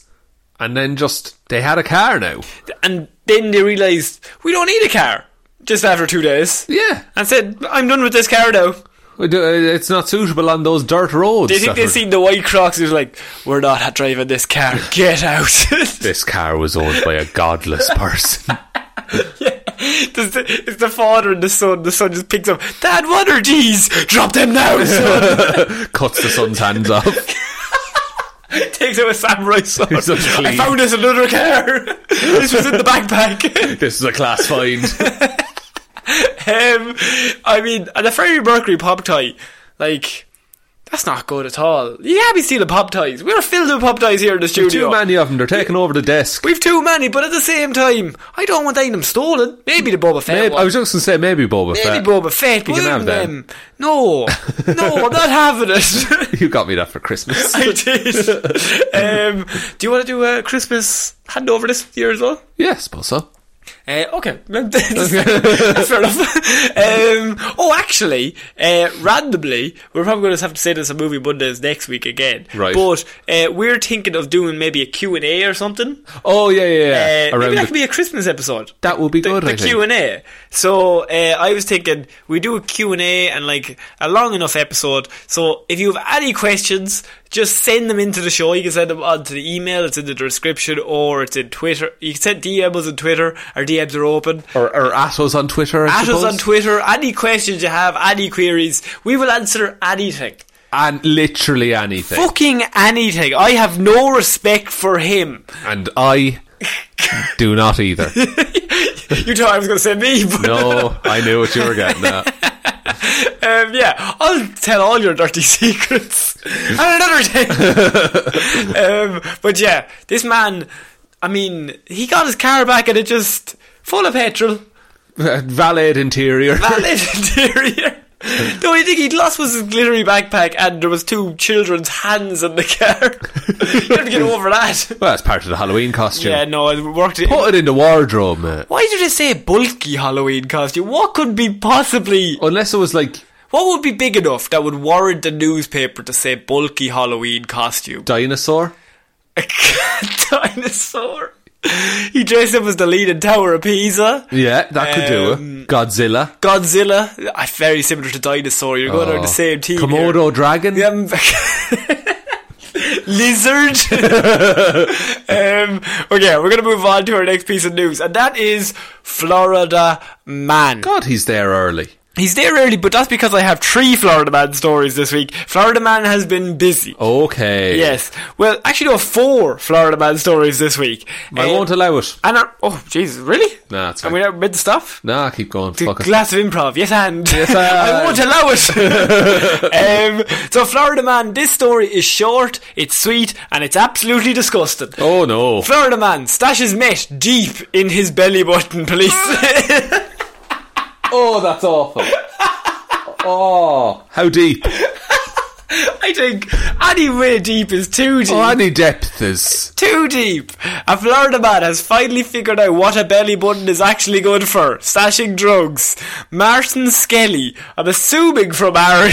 Speaker 2: And then just, they had a car now.
Speaker 1: And then they realised, we don't need a car. Just after two days.
Speaker 2: Yeah.
Speaker 1: And said, I'm done with this car now.
Speaker 2: It's not suitable on those dirt roads.
Speaker 1: They think
Speaker 2: that
Speaker 1: they
Speaker 2: were-
Speaker 1: seen the white crocs and was like, we're not driving this car. Get out.
Speaker 2: this car was owned by a godless person.
Speaker 1: Does the- it's the father and the son. The son just picks up, Dad, what are these? Drop them now, son.
Speaker 2: Cuts the son's hands off.
Speaker 1: Takes out a samurai sword.
Speaker 2: He's so
Speaker 1: I
Speaker 2: clean.
Speaker 1: found us another car. this was in the backpack.
Speaker 2: This is a class find.
Speaker 1: Um, I mean, and the Freddie Mercury pop tie, like, that's not good at all. You can't be stealing pop ties. We're filled with pop ties here in the studio.
Speaker 2: Too many of them. They're taking over the desk.
Speaker 1: We've too many, but at the same time, I don't want any of them stolen. Maybe the Boba Fett
Speaker 2: Maybe,
Speaker 1: one.
Speaker 2: I was just going to say maybe Boba
Speaker 1: Maybe
Speaker 2: Fett.
Speaker 1: Boba Fett.
Speaker 2: You
Speaker 1: You
Speaker 2: can have them.
Speaker 1: them. No, no, I'm not having it.
Speaker 2: You got me that for Christmas.
Speaker 1: I did. Um, do you want to do a Christmas handover this year as well?
Speaker 2: yeah, I suppose so.
Speaker 1: Uh, okay, that's fair enough. Um, oh, actually, uh, randomly, we're probably going to have to say this on Movie Mondays next week again.
Speaker 2: Right.
Speaker 1: But uh, we're thinking of doing maybe a Q&A or something.
Speaker 2: Oh yeah, yeah.
Speaker 1: Uh,
Speaker 2: yeah.
Speaker 1: maybe
Speaker 2: Around
Speaker 1: that
Speaker 2: the-
Speaker 1: could be a Christmas episode.
Speaker 2: That would be
Speaker 1: the,
Speaker 2: good,
Speaker 1: The
Speaker 2: I think.
Speaker 1: Q and A. So uh, I was thinking we do a Q and A and like a long enough episode. So if you have any questions, just send them into the show. You can send them on to the email. It's in the description or it's in Twitter. You can send DM us on Twitter. Our DMs are open.
Speaker 2: or, or at us on Twitter. I
Speaker 1: At us
Speaker 2: suppose.
Speaker 1: on Twitter. Any questions you have, any queries, we will answer anything.
Speaker 2: and literally anything.
Speaker 1: Fucking anything. I have no respect for him.
Speaker 2: And I do not either.
Speaker 1: You thought I was going to say me, but
Speaker 2: No, I knew what you were getting at.
Speaker 1: Um, yeah, I'll tell all your dirty secrets on another day. um, but yeah, this man, I mean, he got his car back and it just full of petrol,
Speaker 2: Valid Uh, interior.
Speaker 1: valid interior. The only thing he'd lost was his glittery backpack, and there was two children's hands in the car. you have to get over that.
Speaker 2: Well, that's part of the Halloween costume.
Speaker 1: Yeah, no, it worked.
Speaker 2: Put it in the wardrobe, mate.
Speaker 1: Why did they say bulky Halloween costume? What could be possibly?
Speaker 2: Unless it was like
Speaker 1: What would be big enough that would warrant the newspaper to say bulky Halloween costume?
Speaker 2: dinosaur.
Speaker 1: a dinosaur. He dressed up as the lead in Tower of Pisa.
Speaker 2: Yeah, that could do
Speaker 1: Um,
Speaker 2: it. Godzilla.
Speaker 1: Godzilla, uh, very similar to Dinosaur. You're going on the same team. here.
Speaker 2: Oh. Komodo dragon.
Speaker 1: Um, lizard. um, okay, we're going to move on to our next piece of news, and that is Florida Man.
Speaker 2: God, he's there early.
Speaker 1: He's there early, but that's because I have three Florida Man stories this week. Florida Man has been busy.
Speaker 2: Okay.
Speaker 1: Yes. Well, actually, no, four Florida Man stories this week.
Speaker 2: I
Speaker 1: Um,
Speaker 2: won't allow it.
Speaker 1: And our, oh, jeez, really?
Speaker 2: Nah, it's
Speaker 1: And
Speaker 2: fine.
Speaker 1: we never made the stuff?
Speaker 2: Nah, keep going.
Speaker 1: The
Speaker 2: Fuck it.
Speaker 1: glass of improv, yes, and
Speaker 2: Yes,
Speaker 1: I
Speaker 2: and.
Speaker 1: won't allow it. um, so, Florida Man, this story is short, it's sweet, and it's absolutely disgusting.
Speaker 2: Oh no.
Speaker 1: Florida Man stashes met deep in his belly button. Police.
Speaker 2: Oh, that's awful. oh, how deep?
Speaker 1: I think any way deep is too deep.
Speaker 2: Oh, any depth is.
Speaker 1: too deep. A Florida man has finally figured out what a belly button is actually good for stashing drugs. Martin Skelly, I'm assuming from our. you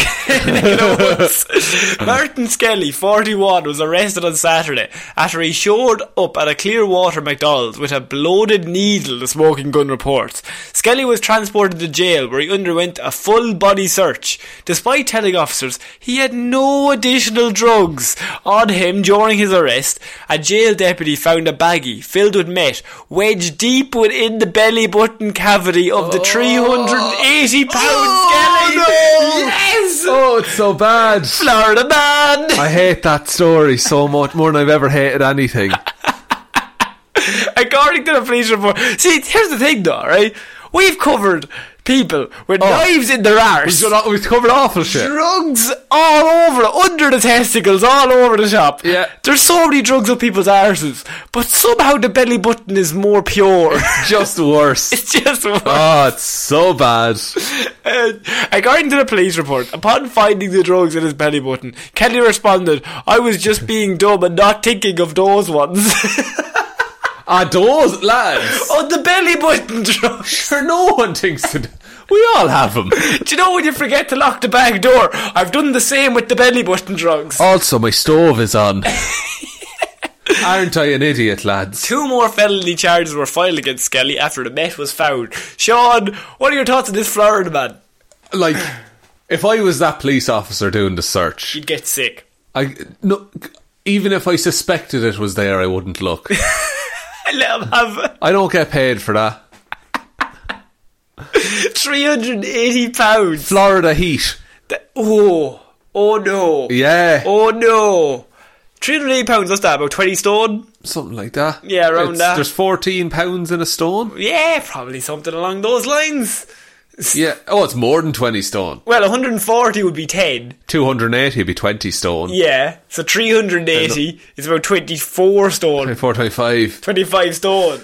Speaker 1: know, it's- Martin Skelly, 41, was arrested on Saturday after he showed up at a Clearwater McDonald's with a bloated needle, the smoking gun reports. Skelly was transported to jail where he underwent a full body search. Despite telling officers he had no additional drugs on him during his arrest, a jail deputy found a baggie filled with meth wedged deep within the belly button cavity of the 380 pound Skelly. Yes!
Speaker 2: Oh, it's so bad.
Speaker 1: Florida man!
Speaker 2: I hate that story so much more than I've ever hated anything.
Speaker 1: According to the police report. See, here's the thing though, right? We've covered people with knives in their arse.
Speaker 2: We've, got, we've covered awful shit.
Speaker 1: Drugs all over, under the testicles, all over the shop.
Speaker 2: Yeah.
Speaker 1: There's so many drugs up people's arses, but somehow the belly button is more pure.
Speaker 2: Just worse.
Speaker 1: it's just worse.
Speaker 2: Oh, it's so bad.
Speaker 1: Uh, according to the police report, upon finding the drugs in his belly button, Kelly responded, I was just being dumb and not thinking of those ones.
Speaker 2: Ah, those lads.
Speaker 1: oh, the belly button drugs.
Speaker 2: Sure, no one thinks it. We all have them.
Speaker 1: Do you know when you forget to lock the back door? I've done the same with the belly button drugs.
Speaker 2: Also, my stove is on. Aren't I an idiot, lads?
Speaker 1: Two more felony charges were filed against Skelly after the Met was found. Sean, what are your thoughts on this Florida man?
Speaker 2: Like, if I was that police officer doing the search,
Speaker 1: You'd get sick.
Speaker 2: I no. Even if I suspected it was there, I wouldn't look.
Speaker 1: I let him have
Speaker 2: I don't get paid for that.
Speaker 1: 380 pounds.
Speaker 2: Florida heat.
Speaker 1: Th- Oh, oh no.
Speaker 2: Yeah,
Speaker 1: Oh no! 308 pounds, what's that, about 20 stone?
Speaker 2: something like that.
Speaker 1: Yeah, around
Speaker 2: It's-
Speaker 1: that.
Speaker 2: There's 14 pounds in a stone.
Speaker 1: Yeah, probably something along those lines.
Speaker 2: Yeah. Oh, it's more than 20 stone.
Speaker 1: Well, 140 would be 10.
Speaker 2: 280 would be 20 stone.
Speaker 1: Yeah, so 380 is about 24 stone.
Speaker 2: 425.
Speaker 1: 25 stone.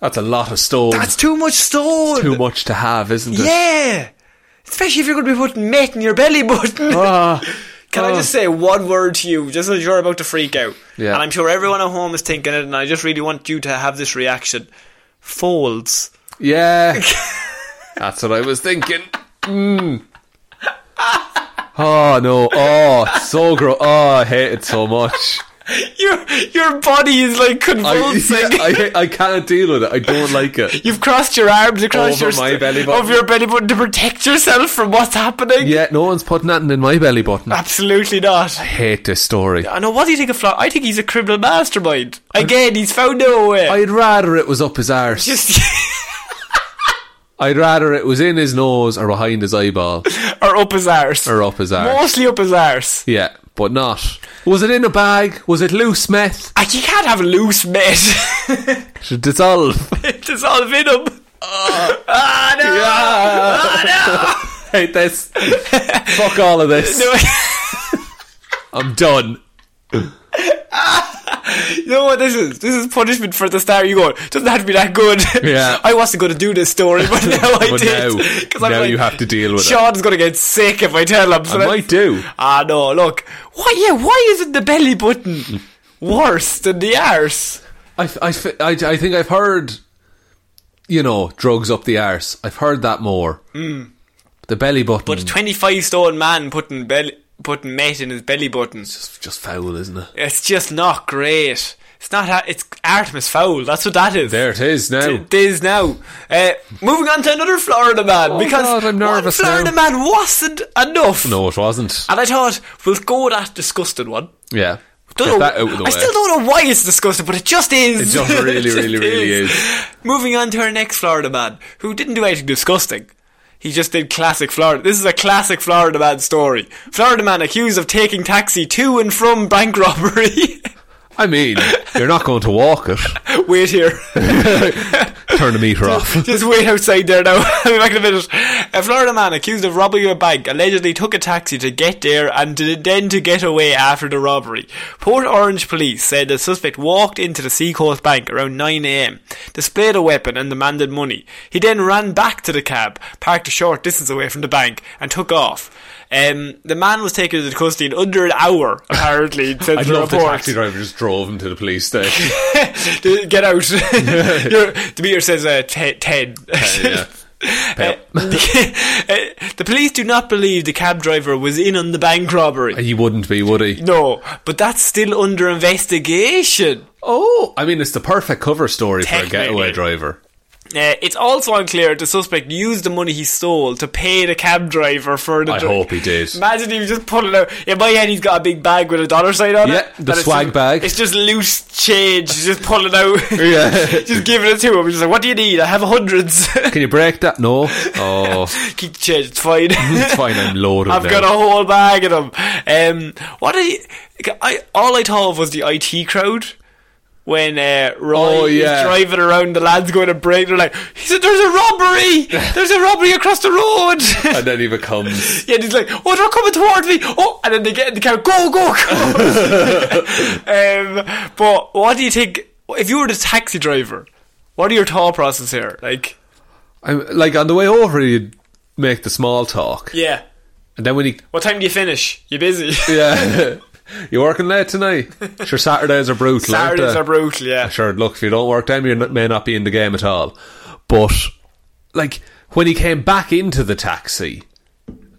Speaker 2: That's a lot of stone.
Speaker 1: That's too much stone!
Speaker 2: too much to have, isn't it?
Speaker 1: Yeah! Especially if you're going to be putting met in your belly button.
Speaker 2: Ah.
Speaker 1: Can I just say one word to you, just as you're about to freak out?
Speaker 2: Yeah.
Speaker 1: And I'm sure everyone at home is thinking it, and I just really want you to have this reaction. Folds.
Speaker 2: Yeah. That's what I was thinking. Mm. Oh no. Oh, it's so gross. Oh, I hate it so much.
Speaker 1: Your your body is like
Speaker 2: I,
Speaker 1: convulsing.
Speaker 2: yeah, I, hate- I can't deal with it. I don't like it.
Speaker 1: You've crossed your arms across
Speaker 2: Over
Speaker 1: your st-
Speaker 2: my belly button.
Speaker 1: over your belly button to protect yourself from what's happening.
Speaker 2: Yeah, no one's putting nothing in my belly button. I
Speaker 1: Absolutely not.
Speaker 2: hate this story.
Speaker 1: I know. What do you think of Flo? I think he's a criminal mastermind. Again, he's found no way.
Speaker 2: I'd rather it was up his arse.
Speaker 1: just
Speaker 2: I'd rather it was in his nose or behind his eyeball
Speaker 1: or up his arse.
Speaker 2: or up his arse.
Speaker 1: Mostly up his arse.
Speaker 2: Yeah, but not. Was it in a bag? Was it loose meth?
Speaker 1: Ah, You can't have loose meat.
Speaker 2: Should dissolve.
Speaker 1: it's all venom. Ah no!
Speaker 2: Hate this. Fuck all of this.
Speaker 1: No,
Speaker 2: I'm done.
Speaker 1: you know what this is? This is punishment for the star you go. Doesn't have to be that good.
Speaker 2: Yeah.
Speaker 1: I wasn't going to do this story, but now I
Speaker 2: But
Speaker 1: did.
Speaker 2: now-
Speaker 1: 'Cause I'm
Speaker 2: now you have to deal with it.
Speaker 1: Sean's going to get sick if I tell him. So
Speaker 2: I might do.
Speaker 1: Ah, no, look. Why, yeah, why isn't the belly button worse than the arse?
Speaker 2: I, f- I, f- I, I think I've heard, you know, drugs up the arse. I've heard that more. The belly button.
Speaker 1: Mm. But a 25 stone man putting belly, putting meth in his belly button.
Speaker 2: it's just foul, isn't it?
Speaker 1: It's just not great. It's not, ha- it's Artemis Fowl. That's what that is.
Speaker 2: There it is now.
Speaker 1: It is now. Uh, moving on to another Florida man because
Speaker 2: Oh, God, I'm nervous
Speaker 1: one Florida
Speaker 2: now.
Speaker 1: man wasn't enough.
Speaker 2: no, it wasn't.
Speaker 1: And I thought we'll go with that disgusting one.
Speaker 2: Yeah.
Speaker 1: Don't
Speaker 2: Get
Speaker 1: know,
Speaker 2: that out of
Speaker 1: I
Speaker 2: the way.
Speaker 1: still don't know why it's disgusting, but it just is.
Speaker 2: It just really, really, really
Speaker 1: Moving on to our next Florida man who didn't do anything disgusting. He just did classic Florida. This is a classic Florida man story. Florida man accused of taking taxi to and from bank robbery.
Speaker 2: I mean, you're not going to walk it.
Speaker 1: Wait here.
Speaker 2: Turn the meter off.
Speaker 1: Just wait outside there now. I'll be back in a minute. A Florida man accused of robbing a bank allegedly took a taxi to get there and to, then to get away after the robbery. Port Orange police said the suspect walked into the Seacoast Bank around 9am, displayed a weapon and demanded money. He then ran back to the cab, parked a short distance away from the bank, and took off. Um, the man was taken into custody in under an hour, apparently,
Speaker 2: I
Speaker 1: said the
Speaker 2: love the
Speaker 1: report
Speaker 2: taxi driver just drove him to the police station.
Speaker 1: to get out. Your, the meter says uh, te- ten.
Speaker 2: yeah.
Speaker 1: Uh, the, uh, the police do not believe the cab driver was in on the bank robbery.
Speaker 2: he wouldn't be, would he?
Speaker 1: No, but that's still under investigation.
Speaker 2: Oh, I mean, it's the perfect cover story for a
Speaker 1: Technically.
Speaker 2: getaway driver.
Speaker 1: Uh, it's also unclear if the suspect used the money he stole to pay the cab driver for the
Speaker 2: I
Speaker 1: drug.
Speaker 2: hope he did.
Speaker 1: Imagine he was just pulling out. In my head, he's got a big bag with a dollar sign on
Speaker 2: Yeah,
Speaker 1: it.
Speaker 2: the
Speaker 1: and it's
Speaker 2: swag
Speaker 1: just-
Speaker 2: bag.
Speaker 1: It's just loose change. He's just pulling out.
Speaker 2: Yeah.
Speaker 1: just giving it to him. He's just like, "What do you need? I have hundreds.
Speaker 2: Can you break that? No. Oh,
Speaker 1: Keep the change. It's fine.
Speaker 2: it's fine. I'm loaded.
Speaker 1: I've
Speaker 2: now.
Speaker 1: got a whole bag of them. Um, what I, I all I thought of was the IT crowd. when uh, Roy
Speaker 2: Oh,
Speaker 1: is
Speaker 2: yeah.
Speaker 1: driving around, the lads going to break. They're like, he said, "There's a robbery! There's a robbery across the road!"
Speaker 2: and then he becomes
Speaker 1: Yeah, and he's like, oh, they're coming towards me. Oh, and then they get in the car. Go, go, go. um, but what do you think? If you were the taxi driver, what are your thought process here? Like,
Speaker 2: I'm, like on the way over, you'd make the small talk,
Speaker 1: yeah.
Speaker 2: and then when he
Speaker 1: What time do you finish? You busy?
Speaker 2: yeah, you working late tonight? Sure, Saturdays are brutal. aren't
Speaker 1: Saturdays
Speaker 2: they?
Speaker 1: are brutal. Yeah.
Speaker 2: Sure, look, if you don't work them, you n- may not be in the game at all. But like when he came back into the taxi,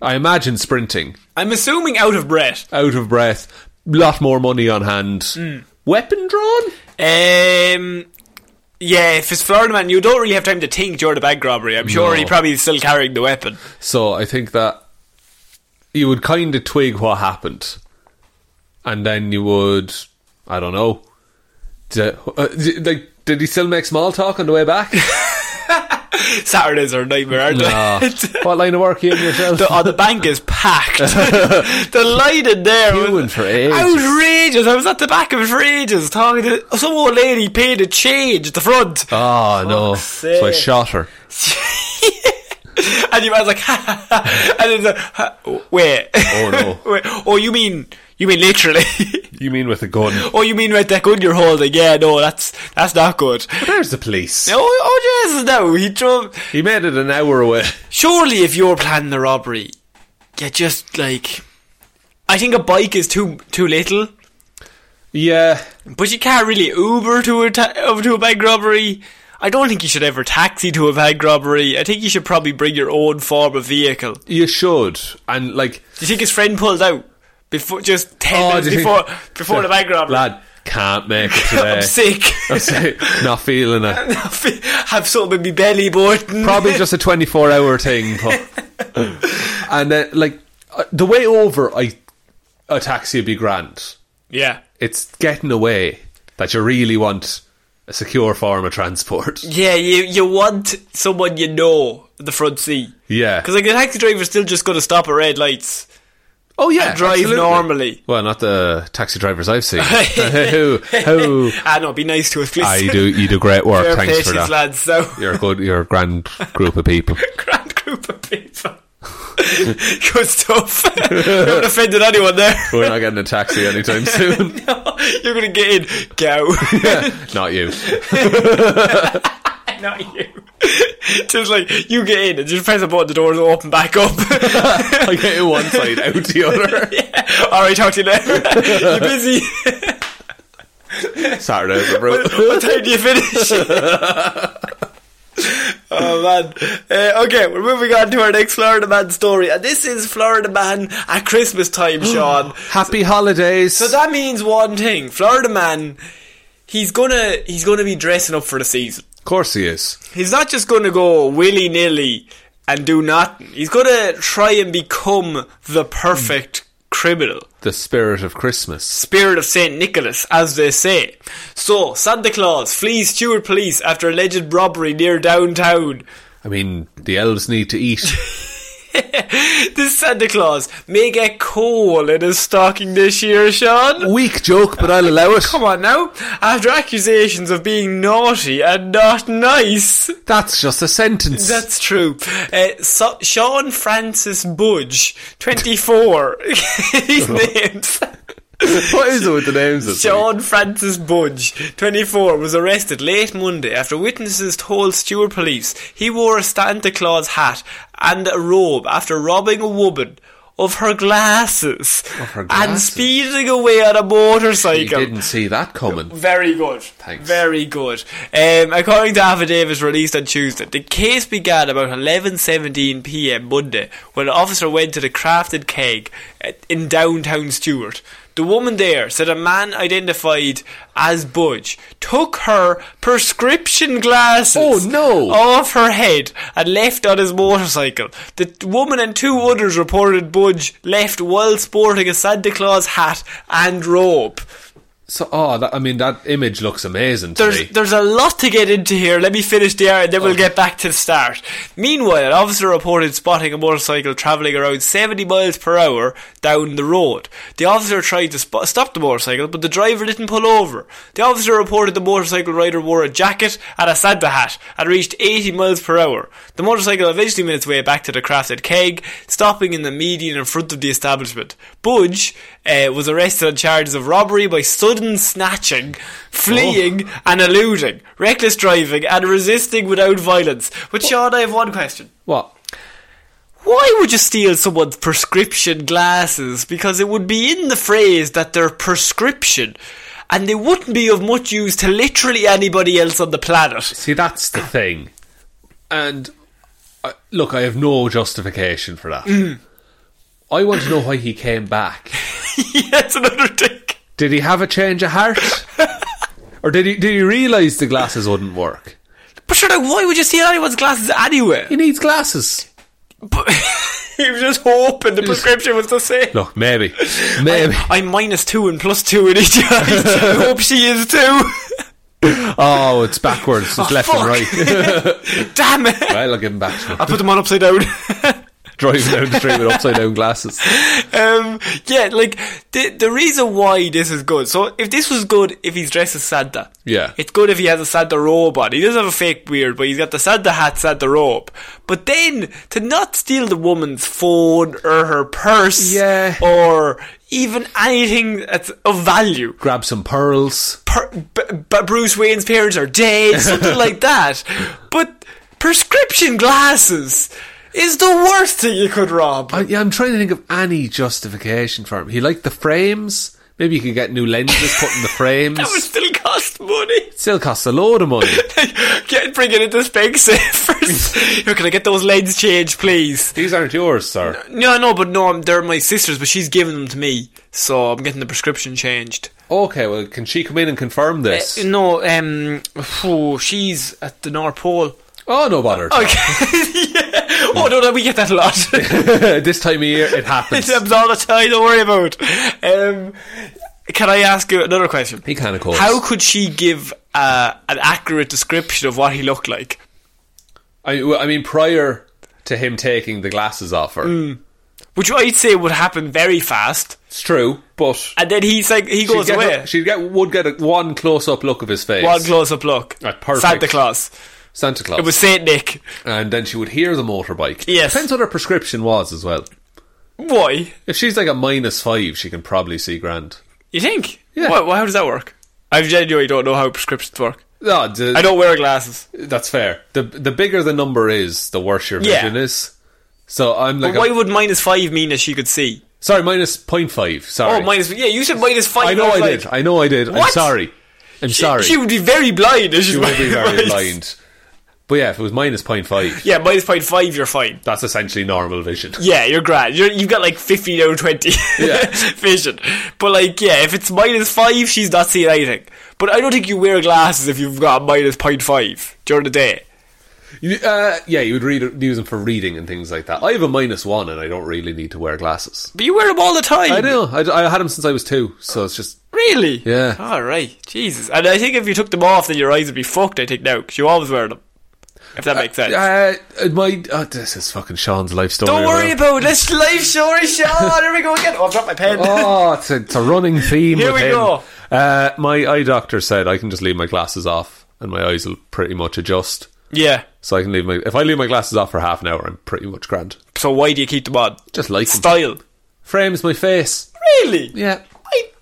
Speaker 2: I imagine sprinting,
Speaker 1: I'm assuming out of breath.
Speaker 2: out of breath, lot more money on hand,
Speaker 1: Mm.
Speaker 2: weapon drawn.
Speaker 1: Um. Yeah, if it's Florida man, you don't really have time to think during the bank robbery. I'm sure
Speaker 2: No.
Speaker 1: he probably is still carrying the weapon.
Speaker 2: So I think that you would kind of twig what happened, and then you would, I don't know, d- uh, d- like did he still make small talk on the way back?
Speaker 1: Saturdays are a nightmare, aren't
Speaker 2: Ah,
Speaker 1: they?
Speaker 2: what line of work are you in yourself?
Speaker 1: The, oh, the bank is packed. the light in there
Speaker 2: Queuing
Speaker 1: was
Speaker 2: for ages.
Speaker 1: outrageous. I was at the back of it for ages talking to some old lady. Paid a change at the front,
Speaker 2: oh no!
Speaker 1: Fuck's
Speaker 2: So I
Speaker 1: sake.
Speaker 2: shot her.
Speaker 1: and you was like, ha, ha, ha. and it's like, ha, wait,
Speaker 2: Oh, no.
Speaker 1: wait, oh, you mean you mean literally?
Speaker 2: You mean with a gun?
Speaker 1: oh, you mean right that gun you're holding? Yeah, no, that's that's not good.
Speaker 2: There's the police.
Speaker 1: Oh, oh Jesus, no, he drove.
Speaker 2: He made it an hour away.
Speaker 1: surely if you're planning a robbery, you just like. I think a bike is too too little,
Speaker 2: Yeah,
Speaker 1: but you can't really Uber to a ta- over to a bank robbery. I don't think you should ever taxi to a bank robbery. I think you should probably bring your own form of vehicle. Do
Speaker 2: you should. And like,
Speaker 1: you think his friend pulled out before just ten
Speaker 2: Oh,
Speaker 1: minutes
Speaker 2: do you
Speaker 1: before
Speaker 2: think-
Speaker 1: before the bank robbery?
Speaker 2: lad can't make it today.
Speaker 1: I'm sick.
Speaker 2: I'm sick. Not feeling it.
Speaker 1: Have something in me belly button.
Speaker 2: probably just a 24 hour thing but, and then like uh, the way over I, a taxi would be grand
Speaker 1: yeah.
Speaker 2: it's getting away that you really want a secure form of transport
Speaker 1: Yeah, you you want someone you know in the front seat.
Speaker 2: yeah
Speaker 1: Because like the taxi driver's still just going to stop at red lights.
Speaker 2: oh yeah
Speaker 1: and drive normally.
Speaker 2: well not the taxi drivers I've seen Who- who-
Speaker 1: Ah, no, be nice to us, please.
Speaker 2: ah, you do you do great work
Speaker 1: Fair
Speaker 2: thanks
Speaker 1: patience,
Speaker 2: for that
Speaker 1: lads. So,
Speaker 2: you're a good you're a grand group of people
Speaker 1: grand group of people. Good stuff. you haven't offended anyone there.
Speaker 2: we're not getting a taxi anytime soon
Speaker 1: You're going to get in. Go.
Speaker 2: not you
Speaker 1: Not you. Just like, you get in and just press a button, the doors will open back up.
Speaker 2: I get in one side out the other
Speaker 1: Alright, talk to you later. You're busy.
Speaker 2: Saturdays are brutal
Speaker 1: what time do you finish? oh man. Uh, okay, we're moving on to our next Florida Man story, and this is Florida Man at Christmas time, Sean.
Speaker 2: Happy holidays.
Speaker 1: So that means one thing: Florida Man, he's gonna he's gonna be dressing up for the season.
Speaker 2: of course he is.
Speaker 1: He's not just gonna go willy nilly and do nothing. He's gonna try and become the perfect criminal.
Speaker 2: The spirit of Christmas.
Speaker 1: Spirit of Saint Nicholas, as they say. So, Santa Claus flees Stewart police after alleged robbery near downtown.
Speaker 2: I mean, the elves need to eat.
Speaker 1: This Santa Claus may get coal in his stocking this year, Sean.
Speaker 2: Weak joke, but I'll allow it.
Speaker 1: Come on now. After accusations of being naughty and not nice.
Speaker 2: That's just a sentence.
Speaker 1: That's true. Uh, so- Sean Francis Budge, 24. His name's.
Speaker 2: what is it with the names? this week?
Speaker 1: Sean Francis Budge, 24, was arrested late Monday after witnesses told Stewart police he wore a Santa Claus hat and a robe after robbing a woman of her glasses,
Speaker 2: her
Speaker 1: and
Speaker 2: glasses.
Speaker 1: speeding away on a
Speaker 2: You
Speaker 1: motorcycle.
Speaker 2: didn't see that coming.
Speaker 1: Very good.
Speaker 2: Thanks.
Speaker 1: Very good. Um, according to affidavits released on Tuesday, the case began about 11:17 p.m. Monday when an officer went to the crafted keg uh, in downtown Stewart. The woman there said a man identified as Budge took her prescription glasses
Speaker 2: Oh, no.
Speaker 1: off her head and left on his motorcycle. The woman and two others reported Budge left while sporting a Santa Claus hat and robe.
Speaker 2: So, oh, that, I mean, that image looks amazing to me.
Speaker 1: There's, there's a lot to get into here. Let me finish the hour and then we'll get back to the start. Meanwhile, an officer reported spotting a motorcycle travelling around 70 miles per hour down the road. The officer tried to spo- stop the motorcycle, but the driver didn't pull over. The officer reported the motorcycle rider wore a jacket and a Santa hat and reached 80 miles per hour. The motorcycle eventually made its way back to the crafted keg, stopping in the median in front of the establishment. Budge uh, was arrested on charges of robbery by sudden snatching, fleeing, and eluding, reckless driving, and resisting without violence. But Sean, I have one question.
Speaker 2: what?
Speaker 1: Why would you steal someone's prescription glasses? Because it would be in the phrase that they're prescription, and they wouldn't be of much use to literally anybody else on the planet.
Speaker 2: See, that's the thing. And I, look, I have no justification for that.
Speaker 1: Mm.
Speaker 2: I want to know why he came back.
Speaker 1: That's another thing.
Speaker 2: Did he have a change of heart? or did he did he realise the glasses wouldn't work?
Speaker 1: But sure, like, why would you steal anyone's glasses anyway?
Speaker 2: He needs glasses.
Speaker 1: But he was just hoping the prescription was the same.
Speaker 2: Look, maybe, maybe.
Speaker 1: I'm minus two and plus two in each eye. I hope she is too.
Speaker 2: oh, it's backwards. It's left
Speaker 1: fuck.
Speaker 2: and right.
Speaker 1: Damn it.
Speaker 2: well, I'll give him back to him.
Speaker 1: I put them on upside down.
Speaker 2: Driving down the street with upside down glasses.
Speaker 1: um, yeah, like the the reason why this is good. So if this was good, if he's dressed as Santa,
Speaker 2: Yeah.
Speaker 1: it's good if he has a Santa robe on. He does have a fake beard, but he's got the Santa hat, Santa robe. But then to not steal the woman's phone or her purse,
Speaker 2: Yeah.
Speaker 1: or even anything that's of value.
Speaker 2: Grab some pearls.
Speaker 1: per- b- b- Bruce Wayne's parents are dead, something like that. But prescription glasses is the worst thing you could rob.
Speaker 2: I, yeah, I'm trying to think of any justification for him. He liked the frames. Maybe you could get new lenses put in the frames.
Speaker 1: That would still cost money.
Speaker 2: Still costs a load of money.
Speaker 1: Get bring it into Specsafe first. Here, can I get those lens changed, please?
Speaker 2: These aren't yours, sir.
Speaker 1: No, no, but no, I'm, they're my sister's, but she's giving them to me, so I'm getting the prescription changed.
Speaker 2: Okay, well, can she come in and confirm this?
Speaker 1: Uh, no, um, phew, she's at the North Pole.
Speaker 2: oh, no bother.
Speaker 1: Okay. yeah. Oh no, no, we get that a lot.
Speaker 2: this time of year, it happens.
Speaker 1: It's happens all the time. Don't worry about. it. Um, can I ask you another question?
Speaker 2: He can, of course.
Speaker 1: How could she give uh, an accurate description of what he looked like?
Speaker 2: I, well, I mean, prior to him taking the glasses off her,
Speaker 1: Which I'd say would happen very fast,
Speaker 2: it's true, but
Speaker 1: and then he's like he
Speaker 2: she'd
Speaker 1: goes
Speaker 2: get,
Speaker 1: away.
Speaker 2: a- she'd get would get a, one close up look of his face,
Speaker 1: One close-up look.
Speaker 2: Right, perfect.
Speaker 1: Santa Claus.
Speaker 2: Santa Claus,
Speaker 1: It was Saint Nick.
Speaker 2: and then she would hear the motorbike.
Speaker 1: Yes.
Speaker 2: depends what her prescription was as well.
Speaker 1: Why?
Speaker 2: If she's like a minus five, she can probably see grand.
Speaker 1: You think?
Speaker 2: Yeah.
Speaker 1: Why, why- how does that work? I genuinely don't know how prescriptions work.
Speaker 2: Ah, d-
Speaker 1: I don't wear glasses.
Speaker 2: That's fair. the The bigger the number is, the worse your
Speaker 1: Yeah.
Speaker 2: vision is. So I'm like,
Speaker 1: But
Speaker 2: a-
Speaker 1: why would minus five mean that she could see?
Speaker 2: sorry, minus 0.5, Sorry,
Speaker 1: Oh, minus. Yeah, you said minus five.
Speaker 2: I know I
Speaker 1: was
Speaker 2: did.
Speaker 1: like-
Speaker 2: I know I did. I'm
Speaker 1: What?
Speaker 2: sorry. I'm sorry.
Speaker 1: She would be very blind. if she's
Speaker 2: You would be very
Speaker 1: minus-
Speaker 2: blind. But yeah, if it was minus 0.5,
Speaker 1: Yeah, minus point five, you're fine.
Speaker 2: that's essentially normal vision.
Speaker 1: Yeah, you're grand. You're, you've got like 15 out of 20
Speaker 2: Yeah.
Speaker 1: vision. But like, yeah, if it's minus five, she's not seeing anything. But I don't think you wear glasses if you've got minus point five during the day.
Speaker 2: You- uh, yeah, you would read, use them for reading and things like that. I have a minus one and I don't really need to wear glasses.
Speaker 1: But you wear them all the time.
Speaker 2: I know. I, I had them since I was two, so it's just.
Speaker 1: Really?
Speaker 2: Yeah.
Speaker 1: All right. Jesus. And I think if you took them off, then your eyes would be fucked. I think now 'cause you always wear them. If that makes sense.
Speaker 2: Uh, my, oh, this is fucking Sean's life story.
Speaker 1: don't worry
Speaker 2: man.
Speaker 1: about it. Let's live story, Sean. Here we go again. Oh, I've dropped my pen.
Speaker 2: Oh, it's a, it's a running theme.
Speaker 1: Here
Speaker 2: with
Speaker 1: we
Speaker 2: him.
Speaker 1: go.
Speaker 2: Uh, my eye doctor said I can just leave my glasses off and my eyes will pretty much adjust.
Speaker 1: Yeah.
Speaker 2: So I can leave my if I leave my glasses off for half an hour, I'm pretty much grand.
Speaker 1: So why do you keep them on?
Speaker 2: Just like 'em.
Speaker 1: Style.
Speaker 2: frames my face.
Speaker 1: Really?
Speaker 2: Yeah,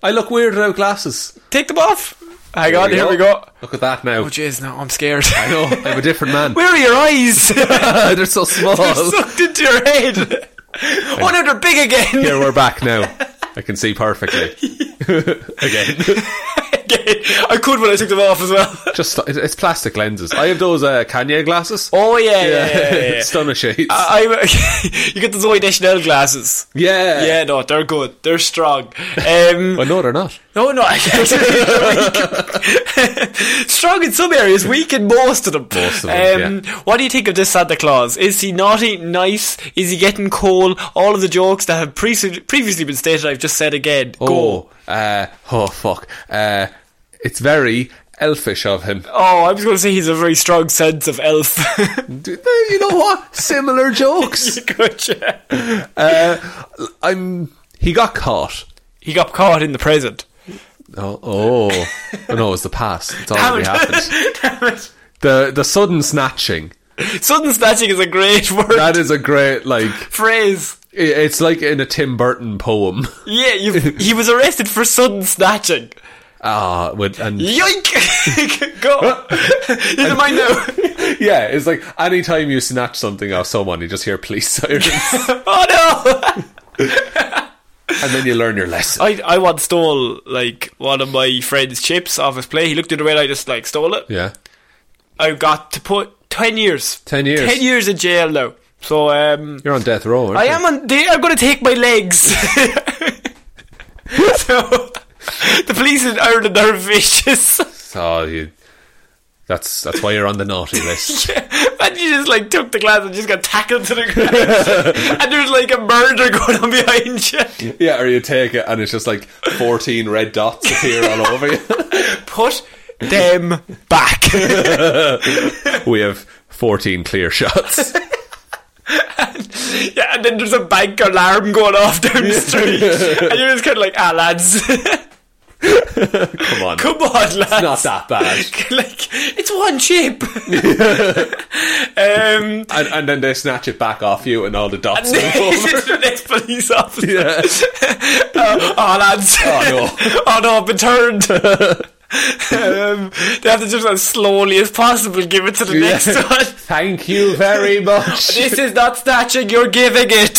Speaker 2: I, look weird without glasses.
Speaker 1: Take them off. Hang on, here we go.
Speaker 2: Look at that now.
Speaker 1: Oh jeez, now I'm scared.
Speaker 2: I know Oh, I'm a different man.
Speaker 1: Where are your eyes?
Speaker 2: They're so small.
Speaker 1: Sucked into your head. oh no, they're big again.
Speaker 2: Here we're back now. I can see perfectly. Again,
Speaker 1: I could when I took them off as well.
Speaker 2: Just it- it's plastic lenses. I have those uh, Kanye glasses.
Speaker 1: Oh yeah, yeah, yeah. yeah, yeah.
Speaker 2: stunner shades.
Speaker 1: I, I, you get the Zoe Deschanel glasses.
Speaker 2: yeah,
Speaker 1: Yeah, no, they're good. They're strong. Um,
Speaker 2: Well, no, they're not.
Speaker 1: no, no, strong in some areas, weak in most of them.
Speaker 2: Most of them,
Speaker 1: um, What do you think of this Santa Claus? Is he naughty, nice? Is he getting cold? All of the jokes that have pre- previously been stated, I've just said again. Go.
Speaker 2: Oh, uh, oh fuck. Uh, it's very elfish of him.
Speaker 1: Oh, I was going to say he's a very strong sense of elf.
Speaker 2: D- You know what? Similar jokes.
Speaker 1: Gotcha.
Speaker 2: I'm. He got caught.
Speaker 1: He got caught in the present.
Speaker 2: Oh, oh. Oh, no! It was the past. It's already
Speaker 1: it.
Speaker 2: happened. The the sudden snatching.
Speaker 1: Sudden snatching is a great word
Speaker 2: That is a great like.
Speaker 1: phrase.
Speaker 2: i- It's like in a Tim Burton poem.
Speaker 1: Yeah, you, he was arrested for sudden snatching.
Speaker 2: Ah, with and
Speaker 1: Yoink! Go. You don't mind now.
Speaker 2: yeah, it's like anytime you snatch something off someone, you just hear police sirens,
Speaker 1: oh no!
Speaker 2: and then you learn your lesson.
Speaker 1: I I once stole like one of my friend's chips off his plate. He looked at the way I just like stole it.
Speaker 2: yeah.
Speaker 1: I got to put ten years.
Speaker 2: 10 years.
Speaker 1: Ten years in jail now. So um,
Speaker 2: You're on death row, aren't
Speaker 1: I
Speaker 2: you?
Speaker 1: am on. They are going to take my legs. so the police in Ireland are vicious.
Speaker 2: Oh, you, that's that's why you're on the naughty list.
Speaker 1: And you just like took the glass and just got tackled to the ground. and there's like a murder going on behind you.
Speaker 2: yeah, or you take it and it's just like 14 red dots appear all over you.
Speaker 1: Put them back.
Speaker 2: we have 14 clear shots.
Speaker 1: yeah, and then there's a bank alarm going off down the street. and you're just kind of like, ah, lads,
Speaker 2: Come on.
Speaker 1: come on, lads.
Speaker 2: Not that bad.
Speaker 1: like, it's one chip. um,
Speaker 2: And, and then they snatch it back off you and all the dots move over.
Speaker 1: the next police officer.
Speaker 2: Yeah.
Speaker 1: Uh, oh, lads.
Speaker 2: Oh, no.
Speaker 1: oh, no, I've been turned. um, they have to just as slowly as possible give it to the
Speaker 2: Yeah.
Speaker 1: next one.
Speaker 2: Thank you very much.
Speaker 1: This is not snatching, you're giving it.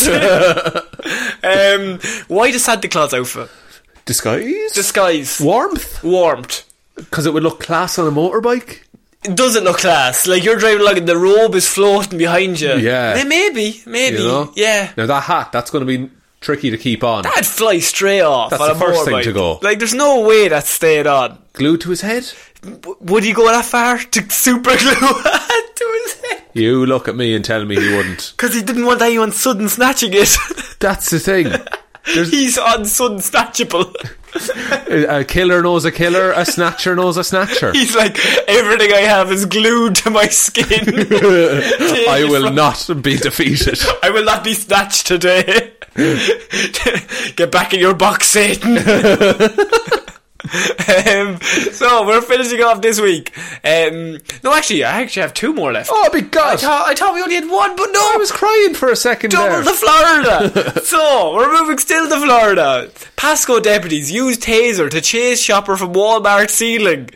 Speaker 1: um, why the Santa Claus outfit?
Speaker 2: Disguise?
Speaker 1: Disguise.
Speaker 2: Warmth?
Speaker 1: Warmth.
Speaker 2: Because it would look class on a motorbike?
Speaker 1: It doesn't look class. Like you're driving along and the robe is floating behind you.
Speaker 2: Yeah.
Speaker 1: Eh, Maybe, maybe.
Speaker 2: You know?
Speaker 1: Yeah.
Speaker 2: Now that hat, that's going to be tricky to keep on.
Speaker 1: I'd fly straight off.
Speaker 2: That's
Speaker 1: on
Speaker 2: the
Speaker 1: a
Speaker 2: first thing
Speaker 1: motorbike.
Speaker 2: to go.
Speaker 1: Like, there's no way that's staying on.
Speaker 2: Glued to his head?
Speaker 1: W- Would he go that far to super glue it to his head?
Speaker 2: You look at me and tell me he wouldn't.
Speaker 1: Because he didn't want anyone sudden snatching it.
Speaker 2: That's the thing. There's,
Speaker 1: He's on sudden snatchable.
Speaker 2: a killer knows a killer, a snatcher knows a snatcher.
Speaker 1: He's like, everything I have is glued to my skin.
Speaker 2: I will not be defeated.
Speaker 1: I will not be snatched today. Get back in your box, Satan. um, so we're finishing off this week. Um, no, actually, I actually have two more left.
Speaker 2: Oh, my God.
Speaker 1: I thought, I thought we only had one, but no,
Speaker 2: I was crying for a second
Speaker 1: double to
Speaker 2: there.
Speaker 1: Florida. so we're moving still to Florida. Pasco deputies use taser to chase shopper from Walmart ceiling.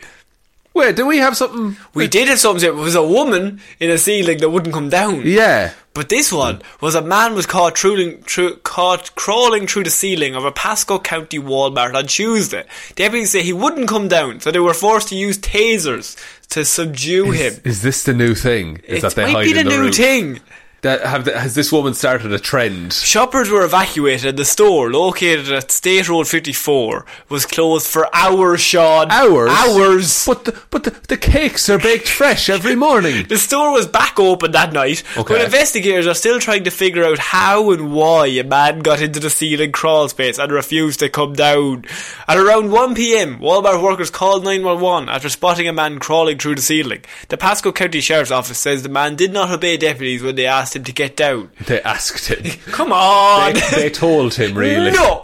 Speaker 2: Wait, do we have something?
Speaker 1: We did have something. It was a woman in a ceiling that wouldn't come down.
Speaker 2: Yeah.
Speaker 1: But this one was a man was caught, trolling, tru- caught crawling through the ceiling of a Pasco County Walmart on Tuesday. Deputies say he wouldn't come down, so they were forced to use tasers to subdue him.
Speaker 2: Is this the new thing? Is
Speaker 1: it might be the, new
Speaker 2: roof?
Speaker 1: thing.
Speaker 2: That, have, the- has this woman started a trend?
Speaker 1: Shoppers were evacuated and the store, located at State Road 54, was closed for hours, Sean.
Speaker 2: Hours.
Speaker 1: Hours.
Speaker 2: But the, but the, the cakes are baked fresh every morning.
Speaker 1: The store was back open that night,
Speaker 2: Okay.
Speaker 1: but investigators are still trying to figure out how and why a man got into the ceiling crawl space and refused to come down. At around 1pm, Walmart workers called 911 after spotting a man crawling through the ceiling. The Pasco County Sheriff's Office says the man did not obey deputies when they asked him to get down.
Speaker 2: They asked him.
Speaker 1: Come on!
Speaker 2: They, they told him, really.
Speaker 1: No!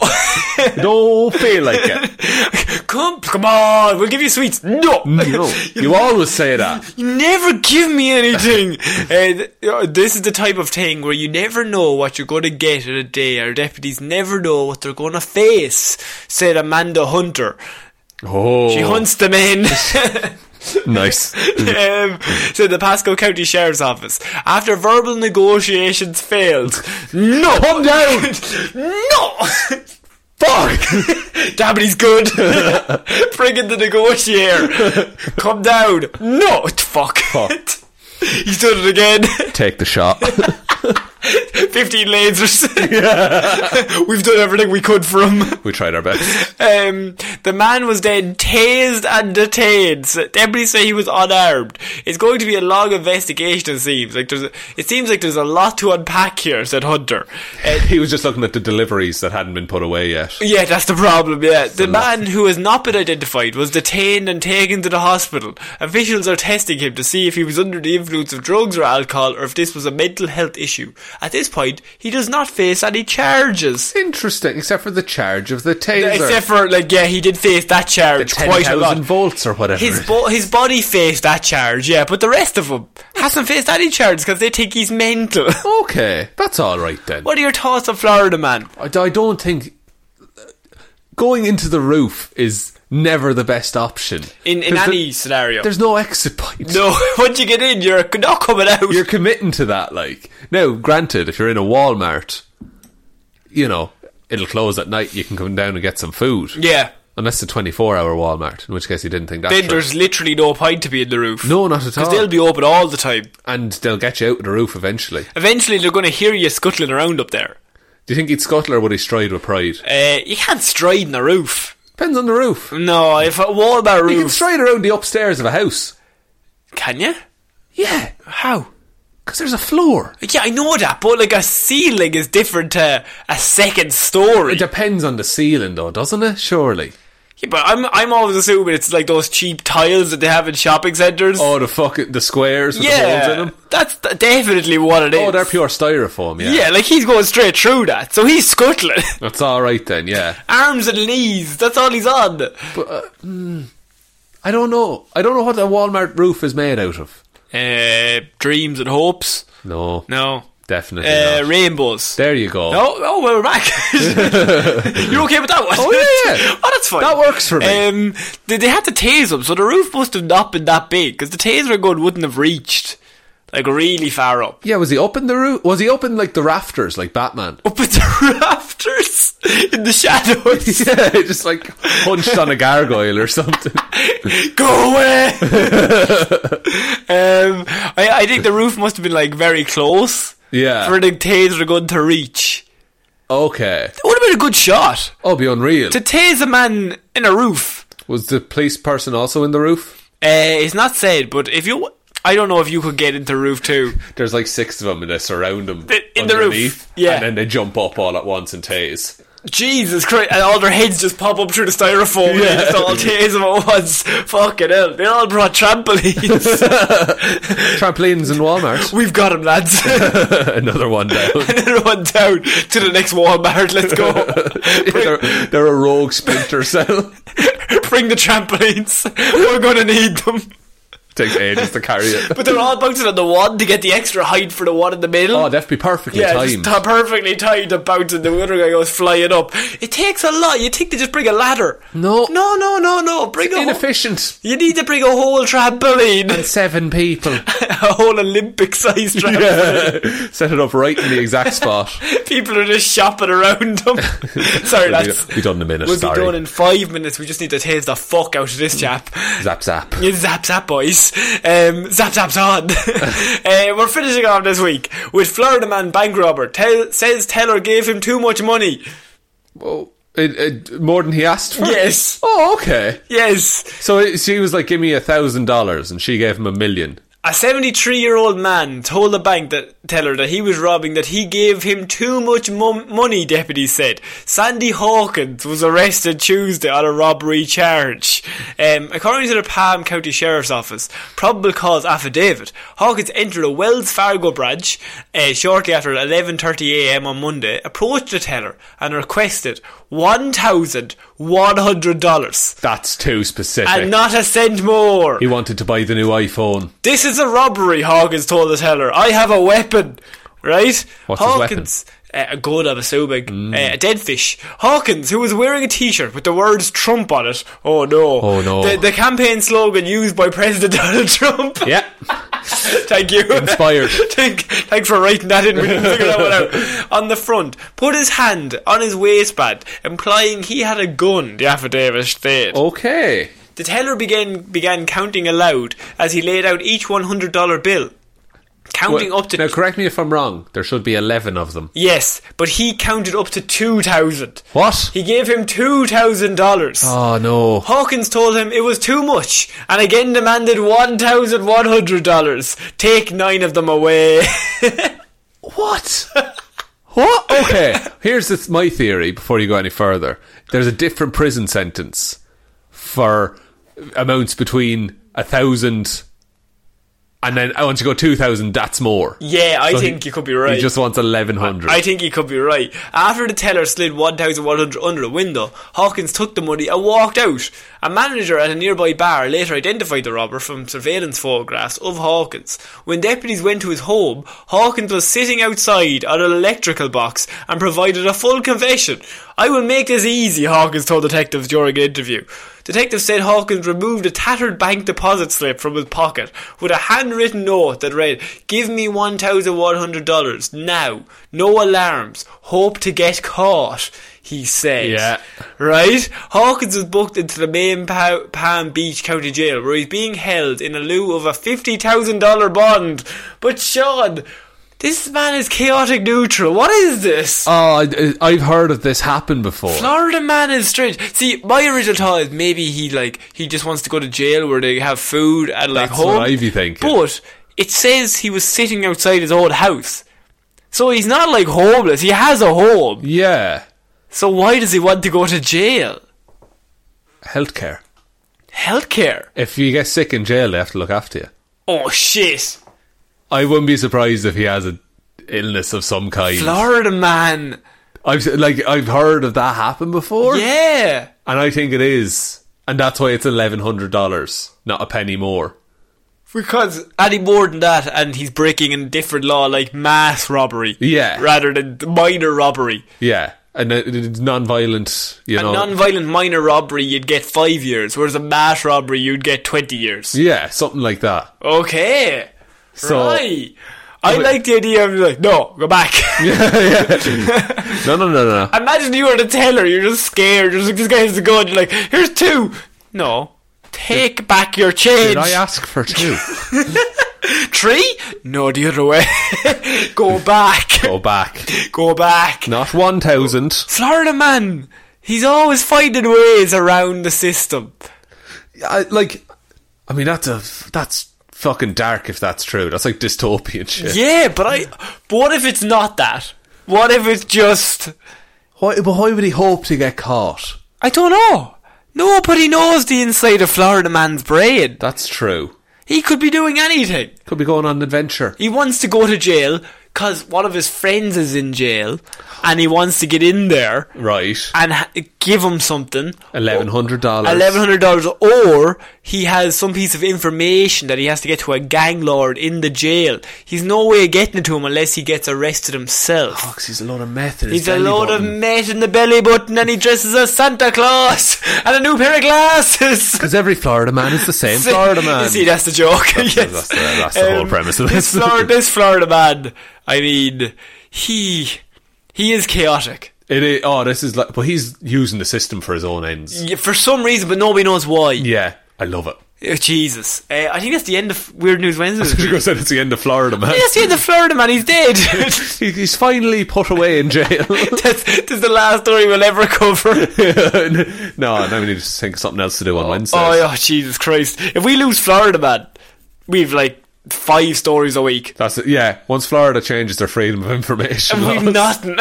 Speaker 2: Don't feel like it.
Speaker 1: come, come on, we'll give you sweets. No!
Speaker 2: No. You always say that.
Speaker 1: You never give me anything. uh, th- uh, this is the type of thing where you never know what you're going to get in a day. Our deputies never know what they're going to face," said Amanda Hunter.
Speaker 2: Oh.
Speaker 1: She hunts them in.
Speaker 2: Nice.
Speaker 1: um, said the Pasco County Sheriff's Office. After verbal negotiations failed, no,
Speaker 2: Come down!
Speaker 1: no. Fuck! Damn it, he's good. Bring in the negotiator. Come down. No, fuck.
Speaker 2: Fuck.
Speaker 1: he's done it again.
Speaker 2: Take the shot.
Speaker 1: 15 lasers. We've done everything we could for him.
Speaker 2: we tried our best.
Speaker 1: Um, the man was then tased and detained. So Deputies say he was unarmed. It's going to be a long investigation. It seems like there's. A, it seems like there's a lot to unpack here," said Hunter. Uh,
Speaker 2: He was just looking at the deliveries that hadn't been put away yet.
Speaker 1: yeah, that's the problem. Yeah, the man who has not been identified was detained and taken to the hospital. Officials are testing him to see if he was under the influence of drugs or alcohol, or if this was a mental health issue. At this point, he does not face any charges.
Speaker 2: Interesting, except for the charge of the taser.
Speaker 1: Except for like, yeah, he did face that charge quite a lot.
Speaker 2: volts or whatever.
Speaker 1: His bo- his body faced that charge, yeah, but the rest of them hasn't faced any charge because they think he's mental.
Speaker 2: okay, that's all right then.
Speaker 1: what are your thoughts on Florida Man?
Speaker 2: I, I don't think uh, going into the roof is never the best option
Speaker 1: In in
Speaker 2: 'Cause
Speaker 1: any
Speaker 2: there-
Speaker 1: scenario,
Speaker 2: There's no exit point.
Speaker 1: no. Once you get in, you're not coming out.
Speaker 2: you're committing to that. Like now, granted, if you're in a Walmart, you know it'll close at night. You can come down and get some food.
Speaker 1: yeah.
Speaker 2: Unless it's a 24 hour Walmart, in which case you didn't think that.
Speaker 1: Then there's literally no point to be in the roof.
Speaker 2: No, not at
Speaker 1: because
Speaker 2: all.
Speaker 1: they'll be open all the time.
Speaker 2: and they'll get you out of the roof eventually.
Speaker 1: Eventually, they're going to hear you scuttling around up there.
Speaker 2: Do you think he'd scuttle or would he stride with pride?
Speaker 1: Uh, you can't stride in a roof.
Speaker 2: Depends on the roof.
Speaker 1: No, if a Walmart
Speaker 2: You can
Speaker 1: roof,
Speaker 2: stride around the upstairs of a house.
Speaker 1: can you?
Speaker 2: Yeah,
Speaker 1: How?
Speaker 2: because there's a floor.
Speaker 1: Yeah, I know that, but like a ceiling is different to a second story.
Speaker 2: It depends on the ceiling, though, doesn't it? Surely.
Speaker 1: Yeah, but I'm I'm always assuming it's like those cheap tiles that they have in shopping centres.
Speaker 2: Oh, the fuck the squares with the holes in
Speaker 1: yeah,
Speaker 2: them.
Speaker 1: that's th- definitely what it is.
Speaker 2: Oh, they're pure styrofoam. Yeah,
Speaker 1: Yeah, like he's going straight through that, so he's scuttling,
Speaker 2: that's all right then. Yeah,
Speaker 1: arms and knees. That's all he's on.
Speaker 2: I don't know. I don't know what a Walmart roof is made out of.
Speaker 1: Uh, dreams and hopes.
Speaker 2: No,
Speaker 1: No.
Speaker 2: definitely
Speaker 1: Uh,
Speaker 2: not.
Speaker 1: rainbows.
Speaker 2: there you go.
Speaker 1: Oh, oh, well, we're back. You're okay with that one?
Speaker 2: Oh, yeah, yeah.
Speaker 1: oh, that's fine.
Speaker 2: That works for me.
Speaker 1: Um, they, they had to tase him, so the roof must have not been that big, because the taser gun wouldn't have reached, like, really far up.
Speaker 2: Yeah, was he up in the roof? Was he up in like the rafters, like Batman?
Speaker 1: Up at the rafters, in the shadows.
Speaker 2: yeah, just like hunched on a gargoyle or something.
Speaker 1: Go away! um, I, I think the roof must have been, like, very close
Speaker 2: Yeah.
Speaker 1: for the taser gun to reach.
Speaker 2: okay.
Speaker 1: It would have been a good shot.
Speaker 2: Oh, be unreal.
Speaker 1: To tase a man in a roof.
Speaker 2: Was the police person also in the roof?
Speaker 1: Uh, it's not said, but if you, I don't know if you could get into roof two.
Speaker 2: There's like six of them and they surround them
Speaker 1: Th- in the roof,
Speaker 2: underneath,
Speaker 1: yeah.
Speaker 2: and then they jump up all at once and tase.
Speaker 1: Jesus Christ! And all their heads just pop up through the styrofoam. Yeah. And they just all tase them at once. Fucking hell! They all brought trampolines.
Speaker 2: Trampolines in Walmart.
Speaker 1: We've got them, lads. and
Speaker 2: Another one down.
Speaker 1: then run down to the next Walmart. Let's go.
Speaker 2: they're, they're a rogue splinter cell.
Speaker 1: Bring the trampolines. We're gonna need them.
Speaker 2: Takes ages to carry it.
Speaker 1: But they're all bouncing on the one to get the extra height for the one in the middle.
Speaker 2: oh, that'd be perfectly
Speaker 1: Yeah,
Speaker 2: timed.
Speaker 1: just t- perfectly timed and bouncing. The other guy goes flying up. It takes a lot. You think they just bring a ladder?
Speaker 2: No.
Speaker 1: no, no, no, no. Bring a whole,
Speaker 2: Inefficient.
Speaker 1: you need to bring a whole trampoline,
Speaker 2: Seven people.
Speaker 1: a whole Olympic-sized trampoline.
Speaker 2: Yeah. Set it up right in the exact spot.
Speaker 1: People are just shopping around them. Sorry,
Speaker 2: We'll be-
Speaker 1: that's
Speaker 2: be done in a minute,
Speaker 1: We'll
Speaker 2: sorry.
Speaker 1: be done in five minutes. We just need to tase the fuck out of this chap.
Speaker 2: Zap zap.
Speaker 1: Yeah, Zap zap boys. Um, zap zap's on. uh, we're finishing off this week with Florida man bank robber tell, says Teller gave him too much money.
Speaker 2: Oh, it, it, more than he asked for?
Speaker 1: Yes.
Speaker 2: Oh, okay.
Speaker 1: Yes,
Speaker 2: So it, she was like, give me a thousand dollars, and she gave him a million.
Speaker 1: A 73 year old man told the bank that teller that he was robbing that he gave him too much mo- money, deputies said. Sandy Hawkins was arrested Tuesday on a robbery charge. Um, according to the Palm County Sheriff's Office probable cause affidavit, Hawkins entered a Wells Fargo branch uh, shortly after 11.30am on Monday, approached the teller and requested $1,100
Speaker 2: That's too specific.
Speaker 1: and not a cent more.
Speaker 2: he wanted to buy the new iPhone.
Speaker 1: This is a robbery, Hawkins told the teller. I have a weapon, right?
Speaker 2: What's his
Speaker 1: Hawkins, Uh, a gun, I'm assuming.
Speaker 2: Mm.
Speaker 1: Uh, a dead fish. Hawkins, who was wearing a t shirt with the words Trump on it. Oh no.
Speaker 2: Oh, no.
Speaker 1: The, the campaign slogan used by President Donald Trump.
Speaker 2: Yeah.
Speaker 1: Thank you.
Speaker 2: Inspired.
Speaker 1: Thank, thanks for writing that in. We didn't figure that one out. On the front, put his hand on his waistband, implying he had a gun, the affidavit stated.
Speaker 2: Okay.
Speaker 1: The teller began began counting aloud as he laid out each one hundred dollar bill, counting
Speaker 2: Well,
Speaker 1: up to
Speaker 2: now, correct me if I'm wrong. There should be eleven of them.
Speaker 1: yes, but he counted up to two thousand.
Speaker 2: What?
Speaker 1: He gave him two thousand dollars.
Speaker 2: Oh no!
Speaker 1: Hawkins told him it was too much and again demanded one thousand one hundred dollars. Take nine of them away.
Speaker 2: What? what? Okay. Here's this, my theory. Before you go any further, there's a different prison sentence for amounts between a thousand and then oh, once you go two thousand, that's more.
Speaker 1: yeah, I
Speaker 2: So he-
Speaker 1: think you could be right.
Speaker 2: He just wants eleven hundred.
Speaker 1: I think he could be right. After the teller slid 1,100 under a window, Hawkins took the money and walked out. A manager at a nearby bar later identified the robber from surveillance photographs of Hawkins. When deputies went to his home, Hawkins was sitting outside on an electrical box and provided a full confession. I will make this easy, Hawkins told detectives during an interview. Detectives said Hawkins removed a tattered bank deposit slip from his pocket with a handwritten note that read, Give me $1,100 now. No alarms. Hope to get caught, he said.
Speaker 2: Yeah.
Speaker 1: Right? Hawkins was booked into the main pa- Palm Beach County Jail where he's being held in lieu of a $50,000 bond. But Sean, this man is chaotic neutral. What is this?
Speaker 2: Oh, I, I've heard of this happen before.
Speaker 1: Florida man is strange. See, my original thought is maybe he like he just wants to go to jail where they have food and like
Speaker 2: That's
Speaker 1: home.
Speaker 2: what I be thinking.
Speaker 1: But it says he was sitting outside his old house, so he's not like homeless. He has a home.
Speaker 2: Yeah,
Speaker 1: So why does he want to go to jail?
Speaker 2: healthcare.
Speaker 1: Healthcare.
Speaker 2: If you get sick in jail, they have to look after you.
Speaker 1: Oh shit!
Speaker 2: I wouldn't be surprised if he has an illness of some kind.
Speaker 1: Florida man.
Speaker 2: I've like I've heard of that happen before.
Speaker 1: Yeah.
Speaker 2: and I think it is, and that's why it's eleven hundred dollars, not a penny more.
Speaker 1: Because any more than that, and he's breaking a different law like mass robbery,
Speaker 2: Yeah.
Speaker 1: rather than minor robbery.
Speaker 2: Yeah, and it- it's non-violent. You
Speaker 1: A
Speaker 2: know,
Speaker 1: non-violent minor robbery, you'd get five years, whereas a mass robbery, you'd get twenty years.
Speaker 2: yeah, something like that.
Speaker 1: Okay,
Speaker 2: So
Speaker 1: right. I like the idea of like, no, go back.
Speaker 2: no, no, no, no.
Speaker 1: Imagine you were the teller, you're just scared. You're just like, this guy has a gun. You're like, here's two. No, take back your change.
Speaker 2: Did I ask for two?
Speaker 1: Three? No, the other way. go back.
Speaker 2: Go back.
Speaker 1: Go back.
Speaker 2: Not one thousand.
Speaker 1: Florida man. He's always finding ways around the system.
Speaker 2: I, like, I mean, that's a that's fucking dark if that's true. That's like dystopian shit.
Speaker 1: Yeah, but I. But what if it's not that? What if it's just?
Speaker 2: Why, but why would he hope to get caught?
Speaker 1: I don't know. Nobody knows the inside of Florida man's brain.
Speaker 2: That's true.
Speaker 1: He could be doing anything.
Speaker 2: Could be going on an adventure.
Speaker 1: He wants to go to jail because one of his friends is in jail, and he wants to get in there
Speaker 2: Right.
Speaker 1: and ha- give him something.
Speaker 2: Eleven hundred dollars.
Speaker 1: Eleven hundred dollars, or he has some piece of information that he has to get to a gang lord in the jail. He's no way of getting it to him unless he gets arrested himself.
Speaker 2: Fucks, He's a load of meth. in Oh, his
Speaker 1: He's a
Speaker 2: belly
Speaker 1: load
Speaker 2: button.
Speaker 1: of meat in the belly button and he dresses as Santa Claus and a new pair of glasses.
Speaker 2: Because every Florida man is the same Florida man.
Speaker 1: You see, that's the joke.
Speaker 2: That's the-
Speaker 1: yes. Um,
Speaker 2: that's the- that's the whole premise of
Speaker 1: this.
Speaker 2: this.
Speaker 1: Florida, this Florida man, I mean, he he is chaotic
Speaker 2: It is, oh, this is like, but he's using the system for his own ends.
Speaker 1: Yeah, for some reason, but nobody knows why.
Speaker 2: Yeah, I love it.
Speaker 1: Oh, Jesus, uh, I think that's the end of Weird News Wednesday.
Speaker 2: Because then it's the end of Florida, man.
Speaker 1: that's the end of Florida man. He's dead.
Speaker 2: He- He's finally put away in jail.
Speaker 1: that's, that's the last story we'll ever cover.
Speaker 2: no, now we need to think of something else to do on Wednesday.
Speaker 1: Oh, yeah, Jesus Christ! If we lose Florida man, we've like five stories a week.
Speaker 2: That's it. Yeah, once Florida changes their freedom of information, laws.
Speaker 1: We've nothing.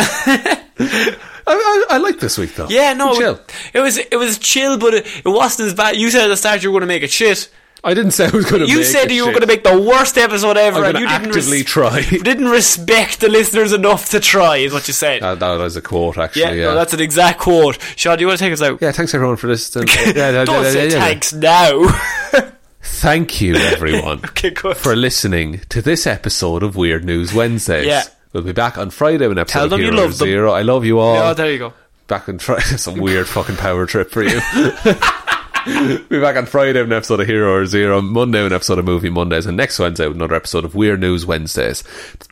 Speaker 2: I, I, I like this week though.
Speaker 1: yeah, no,
Speaker 2: chill.
Speaker 1: It, it was it was chill, but it, it wasn't as bad. You said at the start you were going to make it shit.
Speaker 2: I didn't say I was going to.
Speaker 1: You said you were going to make the worst episode ever,
Speaker 2: I'm
Speaker 1: and
Speaker 2: gonna
Speaker 1: you didn't res-
Speaker 2: actively try.
Speaker 1: didn't respect the listeners enough to try. Is what you said.
Speaker 2: That, that was a quote, actually.
Speaker 1: yeah,
Speaker 2: Uh, Yeah,
Speaker 1: No, that's an exact quote. Sean, do you want to take us out?
Speaker 2: yeah. Thanks everyone for listening. Yeah, yeah,
Speaker 1: Don't
Speaker 2: yeah,
Speaker 1: say
Speaker 2: yeah, yeah.
Speaker 1: thanks now.
Speaker 2: Thank you, everyone,
Speaker 1: Okay, good.
Speaker 2: for listening to this episode of Weird News Wednesdays.
Speaker 1: Yeah.
Speaker 2: We'll be back on Friday with an episode
Speaker 1: Tell them you
Speaker 2: of Hero
Speaker 1: love them.
Speaker 2: Zero. I love you all.
Speaker 1: oh, there you go.
Speaker 2: back on Friday. Some weird fucking power trip for you. Be back on Friday with an episode of Hero or Zero, Monday with an episode of Movie Mondays, and next Wednesday with another episode of Weird News Wednesdays.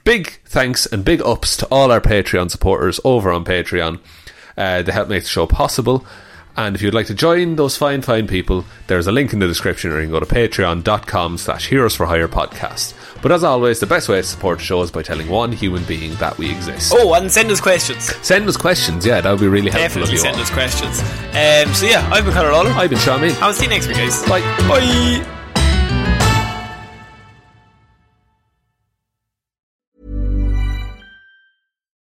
Speaker 2: Big thanks and big ups to all our Patreon supporters over on Patreon. Uh, they help make the show possible. And if you'd like to join those fine, fine people, there's a link in the description or you can go to patreon.com slash heroes for hire podcast. But as always, the best way to support the show is by telling one human being that we exist.
Speaker 1: Oh, and send us questions.
Speaker 2: Send us questions, yeah, that would be really helpful
Speaker 1: Definitely
Speaker 2: of you
Speaker 1: send
Speaker 2: all.
Speaker 1: us questions. Um, so yeah, I've been Conor Lawler.
Speaker 2: I've been Shamin.
Speaker 1: I'll see you next week, guys.
Speaker 2: Bye.
Speaker 1: Bye.